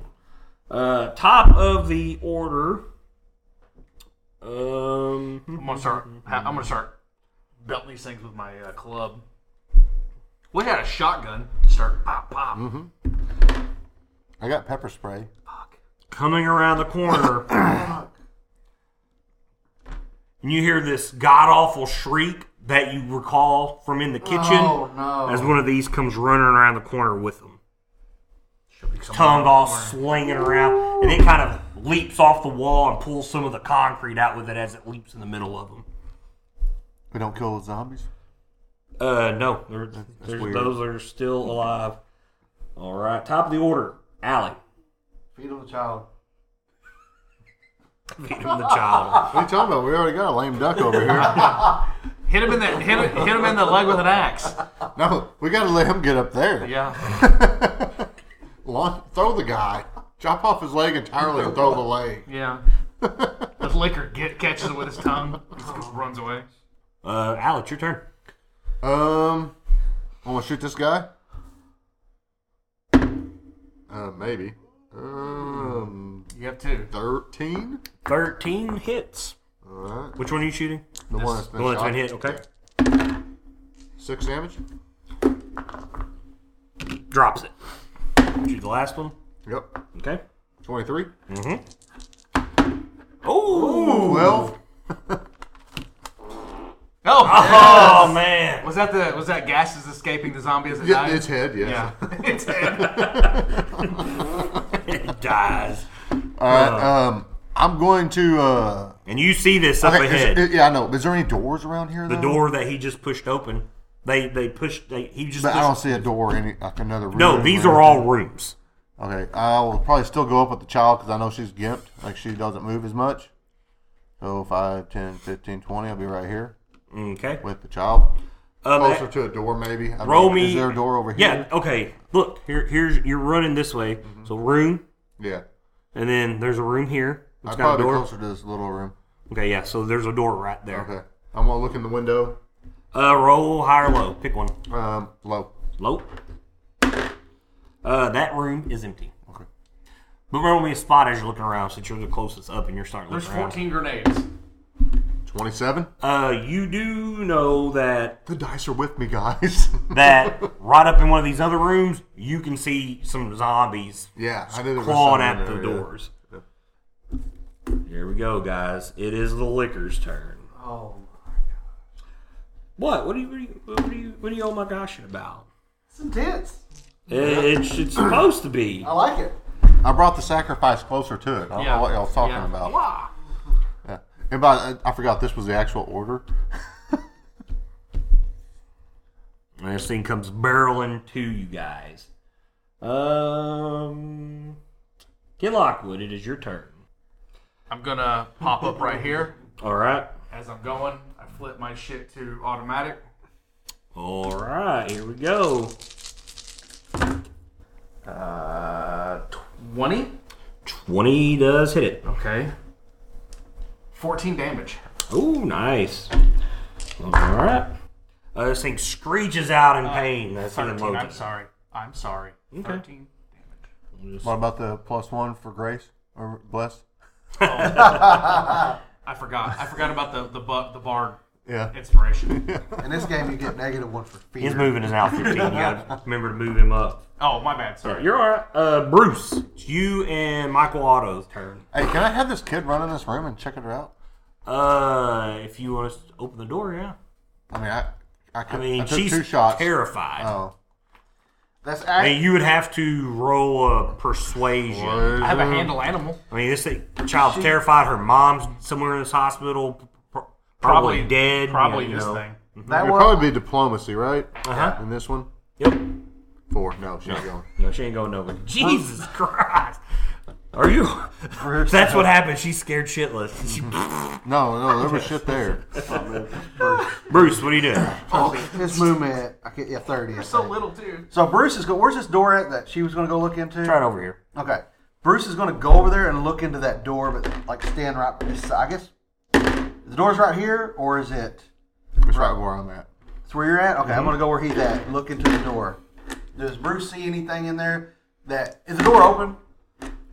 [SPEAKER 1] Uh, top of the order. Um,
[SPEAKER 2] I'm gonna start. I'm gonna start belting these things with my uh, club. We had a shotgun. Start pop pop.
[SPEAKER 4] I got pepper spray.
[SPEAKER 1] coming around the corner, and you hear this god awful shriek that you recall from in the kitchen
[SPEAKER 3] Oh, no.
[SPEAKER 1] as one of these comes running around the corner with him.
[SPEAKER 2] Should be somewhere
[SPEAKER 1] Tongue all
[SPEAKER 2] around the corner.
[SPEAKER 1] slinging around, and it kind of leaps off the wall and pulls some of the concrete out with it as it leaps in the middle of them.
[SPEAKER 4] We don't kill the zombies.
[SPEAKER 1] Uh, no, there, there's
[SPEAKER 4] weird.
[SPEAKER 1] those that are still alive. All right, top of the order,
[SPEAKER 4] <laughs>
[SPEAKER 1] Allie.
[SPEAKER 3] Feed on the child.
[SPEAKER 1] Feed him the child.
[SPEAKER 4] What are you talking about? We already got a lame duck over here.
[SPEAKER 2] Hit him in the hit him, hit him in the leg with an axe.
[SPEAKER 4] no, we got to let him get up there. <laughs>
[SPEAKER 2] Yeah.
[SPEAKER 4] Laun- throw the guy. Chop off his leg entirely and throw the leg.
[SPEAKER 2] <laughs> Yeah. the liquor get, catches it with his tongue, just runs away.
[SPEAKER 1] Uh, Allie, it's your turn.
[SPEAKER 4] Um, I want to shoot this guy. Uh, maybe. Um,
[SPEAKER 2] You have two.
[SPEAKER 4] thirteen.
[SPEAKER 1] Thirteen hits.
[SPEAKER 4] All right.
[SPEAKER 1] Which one are you shooting?
[SPEAKER 4] The one that's been,
[SPEAKER 1] The one that's
[SPEAKER 4] shot.
[SPEAKER 1] been hit. Okay.
[SPEAKER 4] Six damage.
[SPEAKER 1] drops it. Shoot the last one.
[SPEAKER 4] Yep.
[SPEAKER 1] Okay.
[SPEAKER 4] 23.
[SPEAKER 1] Mm-hmm. Oh,
[SPEAKER 4] 12.
[SPEAKER 2] Oh,
[SPEAKER 1] oh <laughs> man.
[SPEAKER 2] was that the was that gases escaping the zombie as it
[SPEAKER 4] Yeah,
[SPEAKER 2] died?
[SPEAKER 4] it's head, yes.
[SPEAKER 2] <laughs> yeah, it's
[SPEAKER 1] it dies.
[SPEAKER 4] All right. Um, I'm going to. Uh,
[SPEAKER 1] And you see this Uh, up
[SPEAKER 4] okay, is-
[SPEAKER 1] ahead.
[SPEAKER 4] yeah, I know. but Is there any doors around here?
[SPEAKER 1] the
[SPEAKER 4] though?
[SPEAKER 1] door that he just pushed open. They they pushed. They, he just.
[SPEAKER 4] But I
[SPEAKER 1] pushed-
[SPEAKER 4] don't see a door in it- like another room.
[SPEAKER 1] no, these
[SPEAKER 4] or
[SPEAKER 1] are all
[SPEAKER 4] anything.
[SPEAKER 1] rooms.
[SPEAKER 4] Okay, I will probably still go up with the child because I know she's gimped. Like she doesn't move as much. So 5, 10, 15, 20, I'll be right here
[SPEAKER 1] Okay.
[SPEAKER 4] with the child.
[SPEAKER 1] Um,
[SPEAKER 4] Closer to a door, maybe. I
[SPEAKER 1] Roll
[SPEAKER 4] mean,
[SPEAKER 1] me.
[SPEAKER 4] Is there a door over
[SPEAKER 1] Yeah.
[SPEAKER 4] here?
[SPEAKER 1] Okay. Look here. Here's you're running this way.
[SPEAKER 4] Mm-hmm.
[SPEAKER 1] So room,
[SPEAKER 4] Yeah.
[SPEAKER 1] and then there's a room here. It's
[SPEAKER 4] I'd
[SPEAKER 1] got a
[SPEAKER 4] probably be
[SPEAKER 1] door.
[SPEAKER 4] closer to this little room.
[SPEAKER 1] Okay. Yeah. So there's a door right there.
[SPEAKER 4] Okay. I'm going to look in the window.
[SPEAKER 1] Uh, roll high or low. Pick one.
[SPEAKER 4] Um, low.
[SPEAKER 1] Low. Uh, that room is empty.
[SPEAKER 4] Okay.
[SPEAKER 1] But roll me a spot as you're looking around, since you're the closest up and you're starting
[SPEAKER 2] there's
[SPEAKER 1] looking around.
[SPEAKER 2] 14 grenades.
[SPEAKER 4] 27.
[SPEAKER 1] Uh, you do know that
[SPEAKER 4] The dice are with me, guys. <laughs>
[SPEAKER 1] that right up in one of these other rooms, you can see some zombies
[SPEAKER 4] yeah, I knew there was
[SPEAKER 1] clawing
[SPEAKER 4] something
[SPEAKER 1] at the
[SPEAKER 4] there, yeah.
[SPEAKER 1] doors. Here we go, guys. It is the liquor's turn.
[SPEAKER 3] Oh,
[SPEAKER 1] What? What are you? What are you? What are you, what are you all my goshing about?
[SPEAKER 3] it's intense.
[SPEAKER 1] It, it's, it's supposed to be.
[SPEAKER 3] I like it.
[SPEAKER 4] I brought the sacrifice closer to it. I don't know what y'all was talking
[SPEAKER 2] Yeah.
[SPEAKER 4] about.
[SPEAKER 2] Wah.
[SPEAKER 4] Yeah. And by, I- I forgot this was the actual order.
[SPEAKER 1] And this thing comes barreling to you guys. Um, Ken Lockwood, it is your turn.
[SPEAKER 2] I'm gonna pop up right here
[SPEAKER 1] All right.
[SPEAKER 2] as I'm going. I flip my shit to automatic.
[SPEAKER 1] All right. Here we go.
[SPEAKER 2] Uh, 20.
[SPEAKER 1] Twenty does hit it.
[SPEAKER 2] Okay. 14 damage.
[SPEAKER 1] Oh, nice. All right. Uh, this thing screeches out in pain. That's the
[SPEAKER 2] 13. I'm
[SPEAKER 1] emoji.
[SPEAKER 2] sorry. I'm sorry. 13 damage.
[SPEAKER 4] What about the plus one for grace or blessed?
[SPEAKER 2] I forgot. I forgot about the the bu- the bard
[SPEAKER 4] Yeah.
[SPEAKER 2] <laughs> inspiration.
[SPEAKER 3] In this game, you get negative one for fear.
[SPEAKER 1] His moving is now 15. <laughs> You gotta remember to move him up.
[SPEAKER 2] oh, my bad.
[SPEAKER 1] All right,
[SPEAKER 2] Sorry.
[SPEAKER 1] you're all right. Uh, Bruce, it's you and Michael Otto's turn.
[SPEAKER 4] Hey, can I have this kid run in this room and check it out?
[SPEAKER 1] Uh, if you want us to open the door, yeah.
[SPEAKER 4] I mean, I I,
[SPEAKER 1] I
[SPEAKER 4] could, I,
[SPEAKER 1] mean,
[SPEAKER 4] took
[SPEAKER 1] she's
[SPEAKER 4] two shots.
[SPEAKER 1] terrified.
[SPEAKER 4] Oh,
[SPEAKER 3] That's
[SPEAKER 1] I
[SPEAKER 3] actually
[SPEAKER 1] mean, you would have to roll a persuasion.
[SPEAKER 2] I have a
[SPEAKER 1] Uh-huh.
[SPEAKER 2] handle animal.
[SPEAKER 1] I mean, this thing, child's terrified. Her mom's somewhere in this hospital, p- p- probably, dead.
[SPEAKER 2] Probably
[SPEAKER 1] you
[SPEAKER 2] this
[SPEAKER 1] know.
[SPEAKER 2] thing.
[SPEAKER 3] that
[SPEAKER 4] It'd
[SPEAKER 3] one.
[SPEAKER 4] probably be diplomacy, right?
[SPEAKER 1] Uh-huh.
[SPEAKER 4] In this one,
[SPEAKER 1] Yep.
[SPEAKER 4] four. No, she's going.
[SPEAKER 1] No, she ain't going
[SPEAKER 2] <laughs>
[SPEAKER 1] nowhere. Jesus Christ. Are you? That's what happened. She's scared shitless.
[SPEAKER 4] <laughs>
[SPEAKER 1] She,
[SPEAKER 4] No, no, there was
[SPEAKER 1] <laughs>
[SPEAKER 4] shit there.
[SPEAKER 1] Bruce, what are you doing?
[SPEAKER 3] his movement. I can't, yeah, thirty. I
[SPEAKER 2] So
[SPEAKER 3] think.
[SPEAKER 2] little too.
[SPEAKER 3] So Bruce is going. Where's this door at that she was going to go look into?
[SPEAKER 1] Right over here.
[SPEAKER 3] Okay. Bruce is going to go over there and look into that door, but like stand right. This, I guess the door's right here, or is it?
[SPEAKER 4] That's right where I'm at.
[SPEAKER 3] It's where you're at. Okay,
[SPEAKER 1] Mm-hmm.
[SPEAKER 3] I'm going to go where he's at. Look into the door. Does Bruce see anything in there? That is the door open?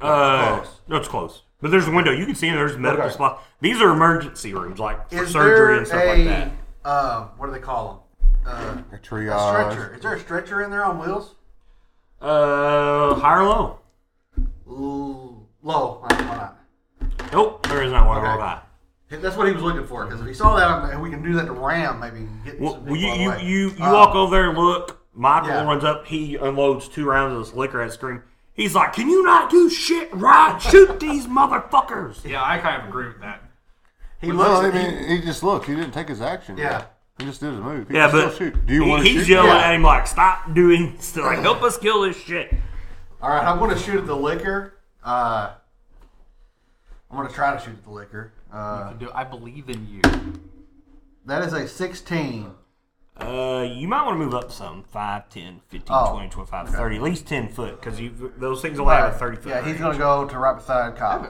[SPEAKER 1] Uh,
[SPEAKER 3] Close.
[SPEAKER 1] no, it's close. But there's a window. You can see there's medical
[SPEAKER 3] Okay.
[SPEAKER 1] supplies. These are emergency rooms, like for
[SPEAKER 3] Is
[SPEAKER 1] surgery
[SPEAKER 3] there
[SPEAKER 1] and stuff
[SPEAKER 3] a,
[SPEAKER 1] like that.
[SPEAKER 3] Uh, what do they call them? Uh,
[SPEAKER 4] A
[SPEAKER 3] a
[SPEAKER 4] triage.
[SPEAKER 3] stretcher. Is there a stretcher in there on wheels?
[SPEAKER 1] Uh, high or low?
[SPEAKER 3] L- low. Why not?
[SPEAKER 1] Nope, there is not one.
[SPEAKER 3] Okay.
[SPEAKER 1] Roll high.
[SPEAKER 3] That's what he was looking for. Because if he saw that, I'm, we can do that to Ram. Maybe get
[SPEAKER 1] Well,
[SPEAKER 3] some
[SPEAKER 1] well,
[SPEAKER 3] people
[SPEAKER 1] you
[SPEAKER 3] out of
[SPEAKER 1] you
[SPEAKER 3] the way.
[SPEAKER 1] you, you
[SPEAKER 3] Uh,
[SPEAKER 1] walk over there and look. Michael
[SPEAKER 3] Yeah.
[SPEAKER 1] runs up. He unloads two rounds of this liquor at screen. He's like, "Can you not do shit right? Shoot these motherfuckers!"
[SPEAKER 2] Yeah, I kind of agree with that.
[SPEAKER 3] He
[SPEAKER 4] No, I
[SPEAKER 3] looks. he-
[SPEAKER 4] mean, he just looked. He didn't take his action.
[SPEAKER 3] Yeah.
[SPEAKER 4] He just did his move. He
[SPEAKER 1] Yeah,
[SPEAKER 4] can
[SPEAKER 1] but
[SPEAKER 4] still shoot. Do you
[SPEAKER 1] he-
[SPEAKER 4] want to
[SPEAKER 1] he's
[SPEAKER 4] shoot?
[SPEAKER 1] yelling
[SPEAKER 3] Yeah.
[SPEAKER 1] at him like, "Stop doing! st- Like, help us kill this shit!"
[SPEAKER 3] All right, I'm going to shoot at the liquor. Uh, I'm going to try to shoot at the liquor. Uh,
[SPEAKER 2] Do I believe in you?
[SPEAKER 3] that is a 16.
[SPEAKER 1] Uh, you might want to move up some 5, 10, 15,
[SPEAKER 3] Oh,
[SPEAKER 1] 20, 25, 30, at least 10 foot because you those things only have a 30 foot.
[SPEAKER 3] Yeah, he's
[SPEAKER 1] range.
[SPEAKER 3] going to go to right beside Cobb.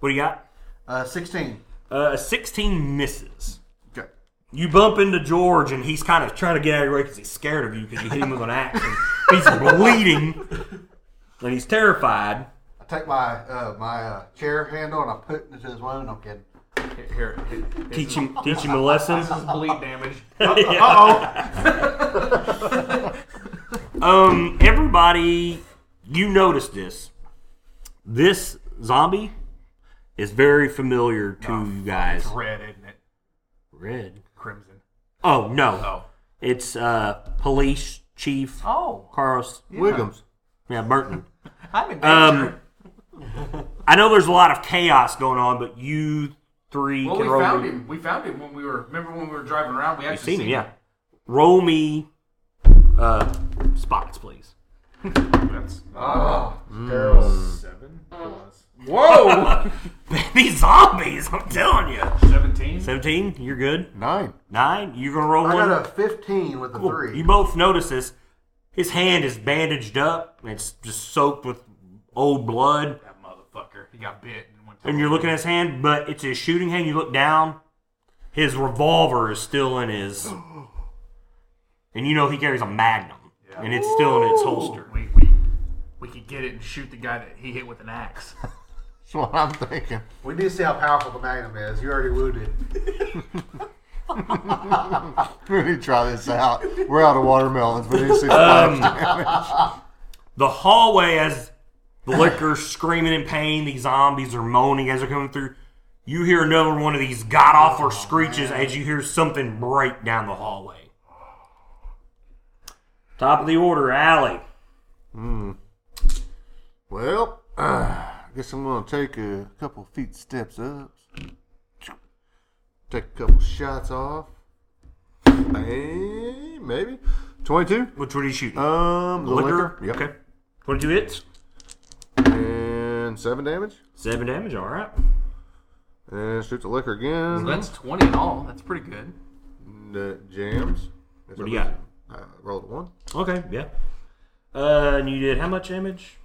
[SPEAKER 1] What do you got?
[SPEAKER 3] Uh, 16.
[SPEAKER 1] Uh, a 16 misses.
[SPEAKER 3] Okay.
[SPEAKER 1] You bump into George and he's kind of trying to get out of your way because he's scared of you because you hit him with an axe. and he's bleeding and he's terrified.
[SPEAKER 3] I take my uh, my uh, chair handle and I put it into his wound. I'm kidding.
[SPEAKER 2] Here, here.
[SPEAKER 1] Teach him, teach him a lesson. <laughs>
[SPEAKER 2] this is bleed damage.
[SPEAKER 1] Uh oh. Um, everybody, you noticed this. This zombie is very familiar to you guys.
[SPEAKER 2] It's red, isn't it?
[SPEAKER 1] Red.
[SPEAKER 2] Crimson.
[SPEAKER 1] Oh no,
[SPEAKER 2] Oh.
[SPEAKER 1] it's uh police chief
[SPEAKER 2] Oh.
[SPEAKER 1] Carlos.
[SPEAKER 4] Wiggums.
[SPEAKER 1] Yeah, Burton.
[SPEAKER 2] I'm in danger.
[SPEAKER 1] Um, I know there's a lot of chaos going on, but you three
[SPEAKER 2] well,
[SPEAKER 1] can
[SPEAKER 2] we
[SPEAKER 1] roll
[SPEAKER 2] found
[SPEAKER 1] me.
[SPEAKER 2] him. We found him when we were. Remember when we were driving around? We
[SPEAKER 1] You
[SPEAKER 2] actually
[SPEAKER 1] seen him, yeah. Roll me uh, spots, please. <laughs>
[SPEAKER 2] That's, Mm.
[SPEAKER 3] Oh, terrible.
[SPEAKER 2] seven. Ah. Whoa.
[SPEAKER 1] These zombies, I'm telling you.
[SPEAKER 2] <laughs> Seventeen.
[SPEAKER 1] 17, you're good.
[SPEAKER 4] Nine. <laughs>
[SPEAKER 1] Nine, you're going to roll
[SPEAKER 3] I
[SPEAKER 1] one.
[SPEAKER 3] got a 15 with a
[SPEAKER 1] Cool.
[SPEAKER 3] three.
[SPEAKER 1] You both notice this. His hand is bandaged up. and It's just soaked with old blood.
[SPEAKER 2] That motherfucker. He got bit and went. To
[SPEAKER 1] And you're looking at his hand, but it's his shooting hand. You look down. His revolver is still in his. And you know he carries a magnum. And it's still in its holster.
[SPEAKER 2] We, we, we could get it and shoot the guy that he hit with an axe.
[SPEAKER 4] That's what I'm thinking.
[SPEAKER 3] We need to see how powerful the Magnum is. You're already wounded.
[SPEAKER 4] We need to try this out. We're out of watermelons. We need to see some
[SPEAKER 1] The hallway as the liquor's screaming in pain, these zombies are moaning as they're coming through. You hear another one of these god awful screeches as you hear something break down the hallway. Top of the order, Allie.
[SPEAKER 4] Well, <clears throat> I guess I'm gonna take a couple feet steps up, take a couple shots off, and maybe twenty-two.
[SPEAKER 1] Which one are you
[SPEAKER 3] Uh,
[SPEAKER 1] shooting?
[SPEAKER 4] Um, the liquor.
[SPEAKER 1] Liquor? Okay. 22 hits.
[SPEAKER 4] And seven damage.
[SPEAKER 1] Seven damage, alright.
[SPEAKER 4] And shoot the liquor again.
[SPEAKER 2] That's twenty in all. That's pretty good.
[SPEAKER 4] That jams.
[SPEAKER 1] What do you got?
[SPEAKER 4] I rolled a one,
[SPEAKER 1] Okay, yeah. Uh, and you did how much damage?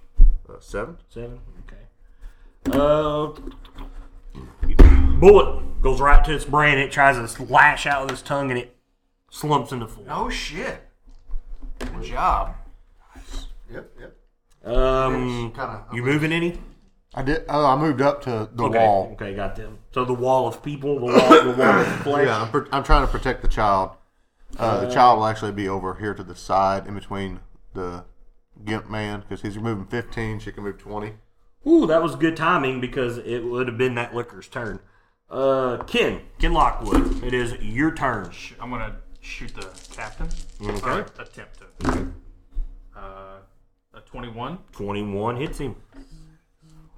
[SPEAKER 4] uh, seven.
[SPEAKER 1] Seven. Okay. Uh, bullet goes right to its brain. It tries to lash out with its tongue, and it slumps into floor.
[SPEAKER 2] Oh shit! Good job.
[SPEAKER 3] Yep, yep.
[SPEAKER 1] Um,
[SPEAKER 3] Kinda-
[SPEAKER 1] you moving any?
[SPEAKER 4] I did. Oh, I moved up to the
[SPEAKER 1] Okay.
[SPEAKER 4] wall.
[SPEAKER 1] Okay, got them. So the wall of people, the wall, the wall of flesh.
[SPEAKER 4] Yeah, I'm, pr- I'm trying to protect the child. Uh, the child will actually be over here to the side, in between the gimp man, because he's moving 15. She can move 20.
[SPEAKER 1] Ooh, that was good timing because it would have been that liquor's turn. Uh, Ken, Ken Lockwood, it is your turn.
[SPEAKER 2] Sh- I'm gonna shoot the captain. Okay. attempt to. Uh, a 21.
[SPEAKER 1] Twenty-one hits him.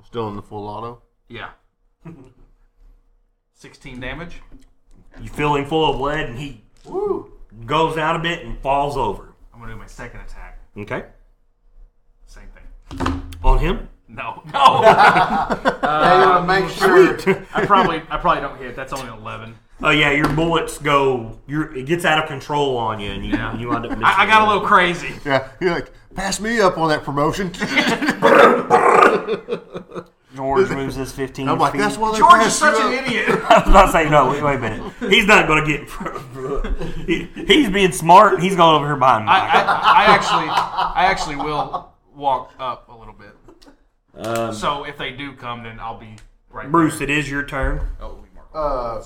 [SPEAKER 4] Still in the full auto.
[SPEAKER 2] <laughs> Yeah. 16 damage.
[SPEAKER 1] You fill him full of lead, and he goes out a bit and falls over.
[SPEAKER 2] I'm gonna do my second attack.
[SPEAKER 1] Okay,
[SPEAKER 2] Same thing.
[SPEAKER 1] on him.
[SPEAKER 2] No, no.
[SPEAKER 1] Uh,
[SPEAKER 3] I gotta make sure.
[SPEAKER 2] <laughs> I probably, I probably don't hit. That's only 11.
[SPEAKER 1] Oh yeah, your bullets go. Your it gets out of control on you, and you
[SPEAKER 2] Yeah.
[SPEAKER 1] you end up. Missing
[SPEAKER 2] I, I got a little crazy.
[SPEAKER 4] Yeah, you're like, pass me up on that promotion. <laughs>
[SPEAKER 1] George moves <laughs> his fifteen.
[SPEAKER 4] I'm like,
[SPEAKER 1] feet.
[SPEAKER 4] that's why
[SPEAKER 2] <laughs>
[SPEAKER 4] they
[SPEAKER 2] George is such
[SPEAKER 4] passed you
[SPEAKER 2] an <laughs>
[SPEAKER 4] up."
[SPEAKER 2] idiot.
[SPEAKER 1] I was about to say no. Wait, wait a minute. He's not going to get. in front of- he, he's being smart. and He's going over here behind me.
[SPEAKER 2] I, I, I actually, I actually will walk up a little bit.
[SPEAKER 1] uh,
[SPEAKER 2] so if they do come, then I'll be right.
[SPEAKER 1] Bruce, it is your turn.
[SPEAKER 2] There. Oh, we mark.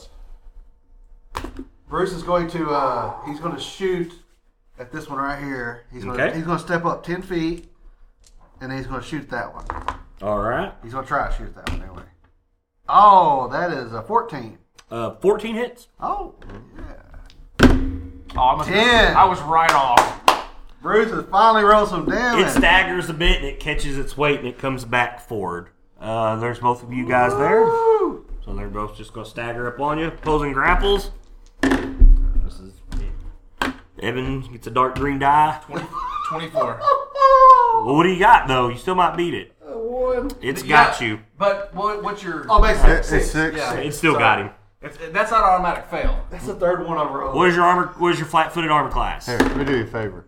[SPEAKER 3] Uh, Bruce is going to uh, he's going to shoot at this one right here. He's going
[SPEAKER 1] Okay.
[SPEAKER 3] to he's going to step up ten feet, and he's going to shoot that one.
[SPEAKER 1] All right.
[SPEAKER 3] He's going to try to shoot that one anyway. Oh, that is a fourteen.
[SPEAKER 1] Uh, fourteen hits.
[SPEAKER 3] Oh, yeah.
[SPEAKER 2] Oh, I, must
[SPEAKER 3] Ten.
[SPEAKER 2] I was right off.
[SPEAKER 3] Bruce has finally rolled some damage.
[SPEAKER 1] It staggers a bit and it catches its weight and it comes back forward. Uh, there's both of you guys there.
[SPEAKER 3] Woo!
[SPEAKER 1] So they're both just gonna stagger up on you, opposing grapples. This is Evan gets a dark green die.
[SPEAKER 2] 20, 24.
[SPEAKER 1] Well, what do you got though? You still might beat it. It's got
[SPEAKER 2] Yeah,
[SPEAKER 1] you.
[SPEAKER 2] But what, what's your.
[SPEAKER 3] Oh, makes
[SPEAKER 4] It-
[SPEAKER 3] sense.
[SPEAKER 4] It's six.
[SPEAKER 2] Yeah.
[SPEAKER 1] It still
[SPEAKER 2] so-
[SPEAKER 1] got him.
[SPEAKER 2] If, if that's not automatic fail.
[SPEAKER 3] That's the third one I've rolled.
[SPEAKER 1] What is your armor? What is your flat-footed armor class?
[SPEAKER 4] Here, let me do you a favor.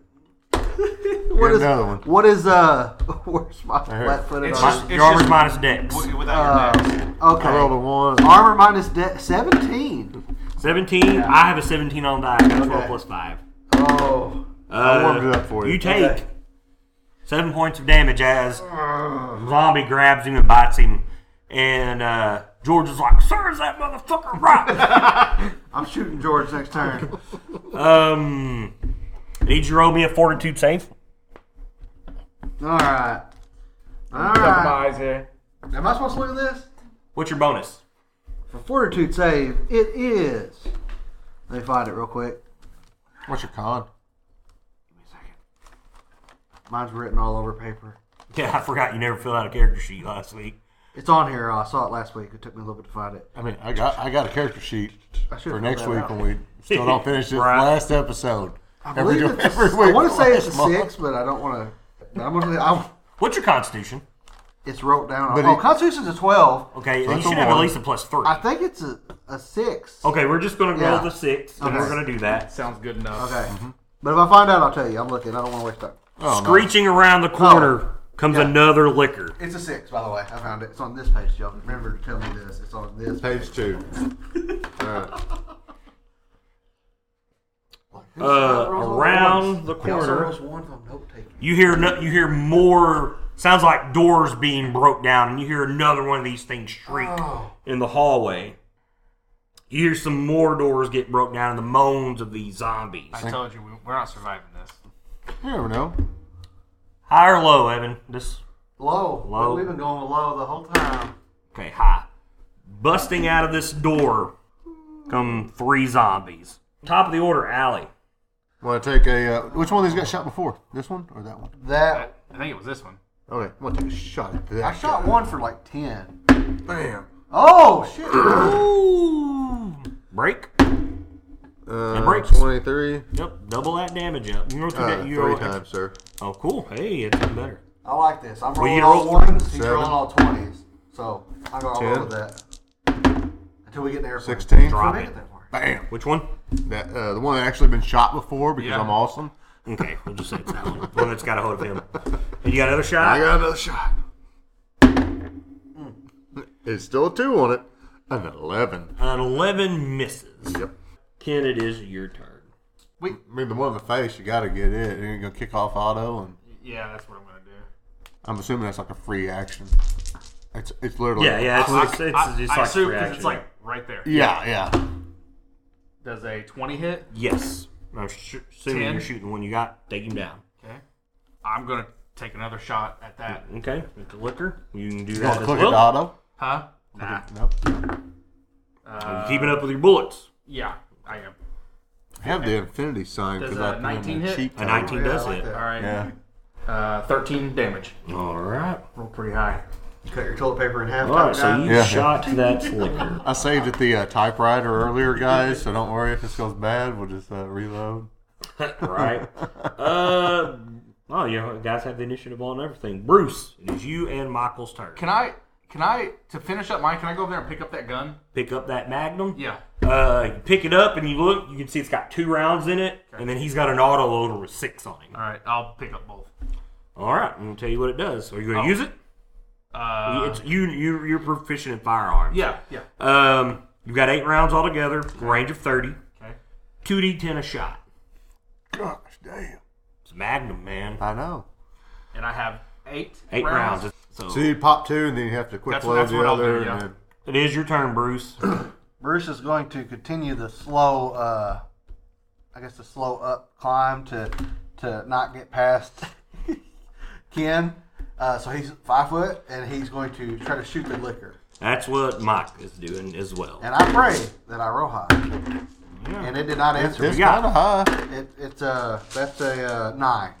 [SPEAKER 3] what
[SPEAKER 4] Get
[SPEAKER 3] is
[SPEAKER 4] another one.
[SPEAKER 3] What is uh? <laughs> Where's my
[SPEAKER 4] heard.
[SPEAKER 3] flat footed
[SPEAKER 2] It's
[SPEAKER 1] Mi-
[SPEAKER 3] armor?
[SPEAKER 2] just-
[SPEAKER 1] your armor's
[SPEAKER 2] just-
[SPEAKER 1] minus dex.
[SPEAKER 2] W- Without your next.
[SPEAKER 3] Okay.
[SPEAKER 4] I rolled a one.
[SPEAKER 3] Armor minus de- seventeen.
[SPEAKER 1] Seventeen. I have a seventeen on die. I got twelve
[SPEAKER 3] Okay.
[SPEAKER 1] plus five.
[SPEAKER 3] Oh.
[SPEAKER 1] Uh,
[SPEAKER 4] warmed it up for you.
[SPEAKER 1] You take
[SPEAKER 3] Okay.
[SPEAKER 1] seven points of damage as
[SPEAKER 3] Oh.
[SPEAKER 1] zombie grabs him and bites him, and uh, George is like, "Sir, is that motherfucker right?"
[SPEAKER 3] I'm shooting George next turn.
[SPEAKER 1] Um, did you roll me a fortitude save?
[SPEAKER 3] All right. All
[SPEAKER 5] Tuck my
[SPEAKER 3] right.
[SPEAKER 5] eyes here.
[SPEAKER 3] Am I supposed to look at this?
[SPEAKER 1] What's your bonus?
[SPEAKER 3] For fortitude save, it is. Let me find it real quick.
[SPEAKER 4] What's your con?
[SPEAKER 3] Mine's written all over paper.
[SPEAKER 1] Yeah, I forgot you never filled out a character sheet last week.
[SPEAKER 3] It's on here. I saw it last week. It took me a little bit to find it.
[SPEAKER 4] I mean, I got I got a character sheet
[SPEAKER 3] I should
[SPEAKER 4] for
[SPEAKER 3] fill
[SPEAKER 4] next
[SPEAKER 3] that
[SPEAKER 4] week
[SPEAKER 3] out.
[SPEAKER 4] when we
[SPEAKER 3] <laughs>
[SPEAKER 4] still don't finish this
[SPEAKER 1] Right.
[SPEAKER 4] last episode.
[SPEAKER 3] I believe
[SPEAKER 4] <laughs>
[SPEAKER 3] it's. a- I want to say it's a six, but I don't want to. I'm gonna. I,
[SPEAKER 1] What's your constitution?
[SPEAKER 3] it's wrote down.
[SPEAKER 4] But
[SPEAKER 3] oh,
[SPEAKER 4] it-
[SPEAKER 3] Constitution's a twelve.
[SPEAKER 1] Okay,
[SPEAKER 4] That's
[SPEAKER 1] you should
[SPEAKER 4] a
[SPEAKER 1] have at
[SPEAKER 4] one.
[SPEAKER 1] least a plus three.
[SPEAKER 3] I think it's a, a six.
[SPEAKER 1] okay, we're just going to roll
[SPEAKER 3] Yeah.
[SPEAKER 1] the six, and
[SPEAKER 3] Okay.
[SPEAKER 1] we're going to do that.
[SPEAKER 5] Sounds good enough.
[SPEAKER 3] Okay.
[SPEAKER 4] Mm-hmm.
[SPEAKER 3] But if I find out, I'll tell you. I'm looking. I don't want to waste time.
[SPEAKER 4] Oh,
[SPEAKER 1] Screeching around the corner comes another liquor.
[SPEAKER 3] It's a six, by the way. I found it. It's on this page, y'all. Remember to tell me this. It's on this. page.
[SPEAKER 4] Page two. All right.
[SPEAKER 1] Uh, around the
[SPEAKER 3] He also
[SPEAKER 1] corner,
[SPEAKER 3] rolls one on note taking.
[SPEAKER 1] you hear no, you hear more. Sounds like doors being broke down, and you hear another one of these things shriek
[SPEAKER 3] Oh.
[SPEAKER 1] in the hallway. You hear some more doors get broke down, and the moans of these zombies.
[SPEAKER 2] I told you we- we're not surviving this.
[SPEAKER 4] You never know.
[SPEAKER 1] High or low, Evan? This
[SPEAKER 3] Low.
[SPEAKER 1] Low.
[SPEAKER 3] We've been going low the whole time.
[SPEAKER 1] Okay, hi. Busting out of this door come three zombies. Top of the order, alley.
[SPEAKER 4] Want to take a uh, which one of these got shot before? This one or that one?
[SPEAKER 2] I,
[SPEAKER 3] That
[SPEAKER 2] I think it was this one.
[SPEAKER 4] Okay, want to take a shot at that?
[SPEAKER 3] I shot one for like ten.
[SPEAKER 4] Bam.
[SPEAKER 3] Oh shit!
[SPEAKER 1] Ooh. Break.
[SPEAKER 4] Uh,
[SPEAKER 1] It breaks.
[SPEAKER 4] Twenty-three.
[SPEAKER 1] Yep, double that damage up. You roll through
[SPEAKER 4] Uh,
[SPEAKER 1] that. You
[SPEAKER 4] three
[SPEAKER 1] roll-
[SPEAKER 4] times, sir.
[SPEAKER 1] Oh, cool. Hey, it's even better.
[SPEAKER 3] I like this. I'm
[SPEAKER 1] Well,
[SPEAKER 3] rolling
[SPEAKER 1] you
[SPEAKER 3] all
[SPEAKER 1] rolled
[SPEAKER 3] ones. He's
[SPEAKER 4] seven.
[SPEAKER 3] rolling all twenties. So I'm gonna roll
[SPEAKER 4] Ten.
[SPEAKER 3] with that until we get in the airplane.
[SPEAKER 4] 16.
[SPEAKER 3] If we
[SPEAKER 1] Drop
[SPEAKER 3] make
[SPEAKER 1] it.
[SPEAKER 3] that far.
[SPEAKER 4] Bam.
[SPEAKER 1] Which one?
[SPEAKER 4] That uh, the one that actually been shot before because
[SPEAKER 2] Yeah.
[SPEAKER 4] I'm awesome. <laughs>
[SPEAKER 1] Okay, we'll just say it's that one. The one that's got a hold of him. And you got another
[SPEAKER 4] I
[SPEAKER 1] shot?
[SPEAKER 4] got another shot. Hmm. It's still a two on it. An eleven.
[SPEAKER 1] An 11 misses.
[SPEAKER 4] Yep.
[SPEAKER 1] Ken, it is your turn.
[SPEAKER 4] I mean, the one in the face, you got to get it. You're gonna kick off auto, and
[SPEAKER 2] Yeah, that's what I'm gonna do.
[SPEAKER 4] I'm assuming that's like a free action. It's it's literally
[SPEAKER 1] Yeah, yeah, it's, it's, it's,
[SPEAKER 2] I,
[SPEAKER 1] just
[SPEAKER 2] I
[SPEAKER 1] like
[SPEAKER 2] assume
[SPEAKER 1] free
[SPEAKER 2] because
[SPEAKER 1] action.
[SPEAKER 2] it's like right there.
[SPEAKER 4] yeah, yeah.
[SPEAKER 2] Does a 20 hit?
[SPEAKER 1] Yes. I'm sh- assuming
[SPEAKER 2] Ten.
[SPEAKER 1] you're shooting the one you got. Take him down.
[SPEAKER 2] Okay. I'm gonna take another shot at that.
[SPEAKER 1] Okay, with the liquor. You can do
[SPEAKER 4] You
[SPEAKER 1] that
[SPEAKER 4] want to
[SPEAKER 1] as
[SPEAKER 4] click
[SPEAKER 1] well.
[SPEAKER 4] it auto?
[SPEAKER 2] Huh? Nah.
[SPEAKER 4] No.
[SPEAKER 1] Are you keeping Uh, up with your bullets?
[SPEAKER 2] Yeah, I am.
[SPEAKER 4] I have the infinity sign
[SPEAKER 2] Does
[SPEAKER 4] because
[SPEAKER 2] a
[SPEAKER 4] I put in
[SPEAKER 2] 19
[SPEAKER 4] the
[SPEAKER 2] hit?
[SPEAKER 4] cheat
[SPEAKER 1] A
[SPEAKER 4] code.
[SPEAKER 1] 19
[SPEAKER 3] Yeah, I
[SPEAKER 1] does
[SPEAKER 3] like
[SPEAKER 1] hit.
[SPEAKER 3] that.
[SPEAKER 2] All right.
[SPEAKER 4] Yeah.
[SPEAKER 2] Uh, 13 damage.
[SPEAKER 1] All right.
[SPEAKER 2] Roll pretty high.
[SPEAKER 3] Cut your toilet paper in half.
[SPEAKER 1] All right, so
[SPEAKER 3] type
[SPEAKER 1] you
[SPEAKER 4] Yeah.
[SPEAKER 1] shot that liquor.
[SPEAKER 4] I saved at the uh, typewriter earlier, guys. So don't worry if this goes bad. We'll just uh, reload.
[SPEAKER 1] <laughs> right. Uh, oh, you know, guys have the initiative on everything. Bruce, it is you and Michael's turn.
[SPEAKER 2] Can I? Can I? To finish up mine, can I go over there and pick up that gun?
[SPEAKER 1] pick up that Magnum?
[SPEAKER 2] Yeah.
[SPEAKER 1] Uh, you pick it up and you look. You can see it's got two rounds in it, and then he's got an auto loader with six on him.
[SPEAKER 2] All right. I'll pick up both. Uh,
[SPEAKER 1] All right, I'm gonna tell you what it does. Are you gonna
[SPEAKER 2] Oh.
[SPEAKER 1] use it?
[SPEAKER 2] Uh,
[SPEAKER 1] it's you. You you're proficient in firearms.
[SPEAKER 2] yeah. Yeah.
[SPEAKER 1] Um, you've got eight rounds altogether, range of thirty.
[SPEAKER 2] Okay.
[SPEAKER 1] Two D ten a shot.
[SPEAKER 4] Gosh, damn.
[SPEAKER 1] It's Magnum, man.
[SPEAKER 4] I know.
[SPEAKER 2] And I have eight.
[SPEAKER 1] Eight rounds. So,
[SPEAKER 4] So you pop two, and then you have to quick
[SPEAKER 2] That's-
[SPEAKER 4] load
[SPEAKER 2] that's
[SPEAKER 4] the
[SPEAKER 2] what I'll
[SPEAKER 4] other.
[SPEAKER 2] do, yeah.
[SPEAKER 4] and then-
[SPEAKER 1] it is your turn,
[SPEAKER 2] <clears throat>
[SPEAKER 1] Bruce.
[SPEAKER 3] Bruce is going to continue the slow, uh, I guess, the slow up climb to to not get past Ken. Uh, so he's five foot, and he's going to try to shoot the liquor.
[SPEAKER 1] That's what Mike is doing as well.
[SPEAKER 3] And I pray that I roll high. And it did not answer.
[SPEAKER 4] It's
[SPEAKER 3] me.
[SPEAKER 1] got-
[SPEAKER 4] kind of high.
[SPEAKER 3] It, it's uh, that's a uh, nine.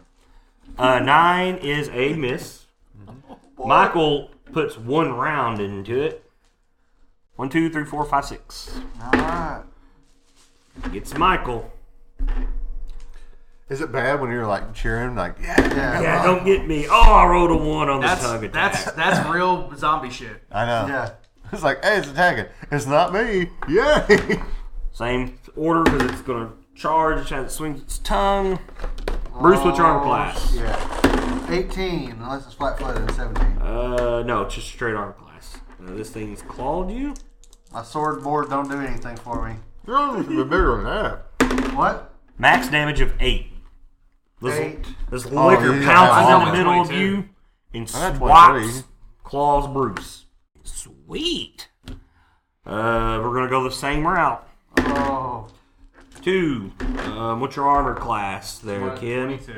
[SPEAKER 1] Uh, nine is a
[SPEAKER 2] <laughs>
[SPEAKER 1] miss.
[SPEAKER 2] Oh,
[SPEAKER 1] Michael puts one round into it. One, two, three, four, five, six.
[SPEAKER 3] All right.
[SPEAKER 1] It's Michael.
[SPEAKER 4] Is it bad when you're like cheering, like yeah?
[SPEAKER 3] Yeah.
[SPEAKER 1] Yeah, don't get me. Oh, I rolled a one on the
[SPEAKER 2] That's
[SPEAKER 1] tongue attack.
[SPEAKER 2] that's that's real zombie shit.
[SPEAKER 4] I know.
[SPEAKER 3] Yeah.
[SPEAKER 4] <laughs> It's like, hey, it's attacking. It's not me. Yay! <laughs>
[SPEAKER 1] Same order because it's going to charge. It has- it swings its tongue. Bruce, what's your
[SPEAKER 3] Oh,
[SPEAKER 1] armor class?
[SPEAKER 3] Yeah. 18, unless it's flat footed, 17.
[SPEAKER 1] Uh, no, it's just straight armor class. Uh, this thing's clawed you.
[SPEAKER 3] My sword board don't do anything for me.
[SPEAKER 4] You're only should be bigger than that.
[SPEAKER 3] What?
[SPEAKER 1] Max damage of eight. This,
[SPEAKER 3] Eight.
[SPEAKER 1] This
[SPEAKER 4] Oh,
[SPEAKER 1] liquor pounces
[SPEAKER 4] yeah. I
[SPEAKER 1] in
[SPEAKER 4] got
[SPEAKER 1] the
[SPEAKER 2] one
[SPEAKER 1] middle of
[SPEAKER 2] 22.
[SPEAKER 1] you and
[SPEAKER 4] I got
[SPEAKER 1] swats
[SPEAKER 4] 23.
[SPEAKER 1] claws Bruce. Sweet. Uh, we're gonna go the same route.
[SPEAKER 3] Oh.
[SPEAKER 1] Two. Um, what's your armor class there,
[SPEAKER 2] One,
[SPEAKER 1] kid?
[SPEAKER 2] 22.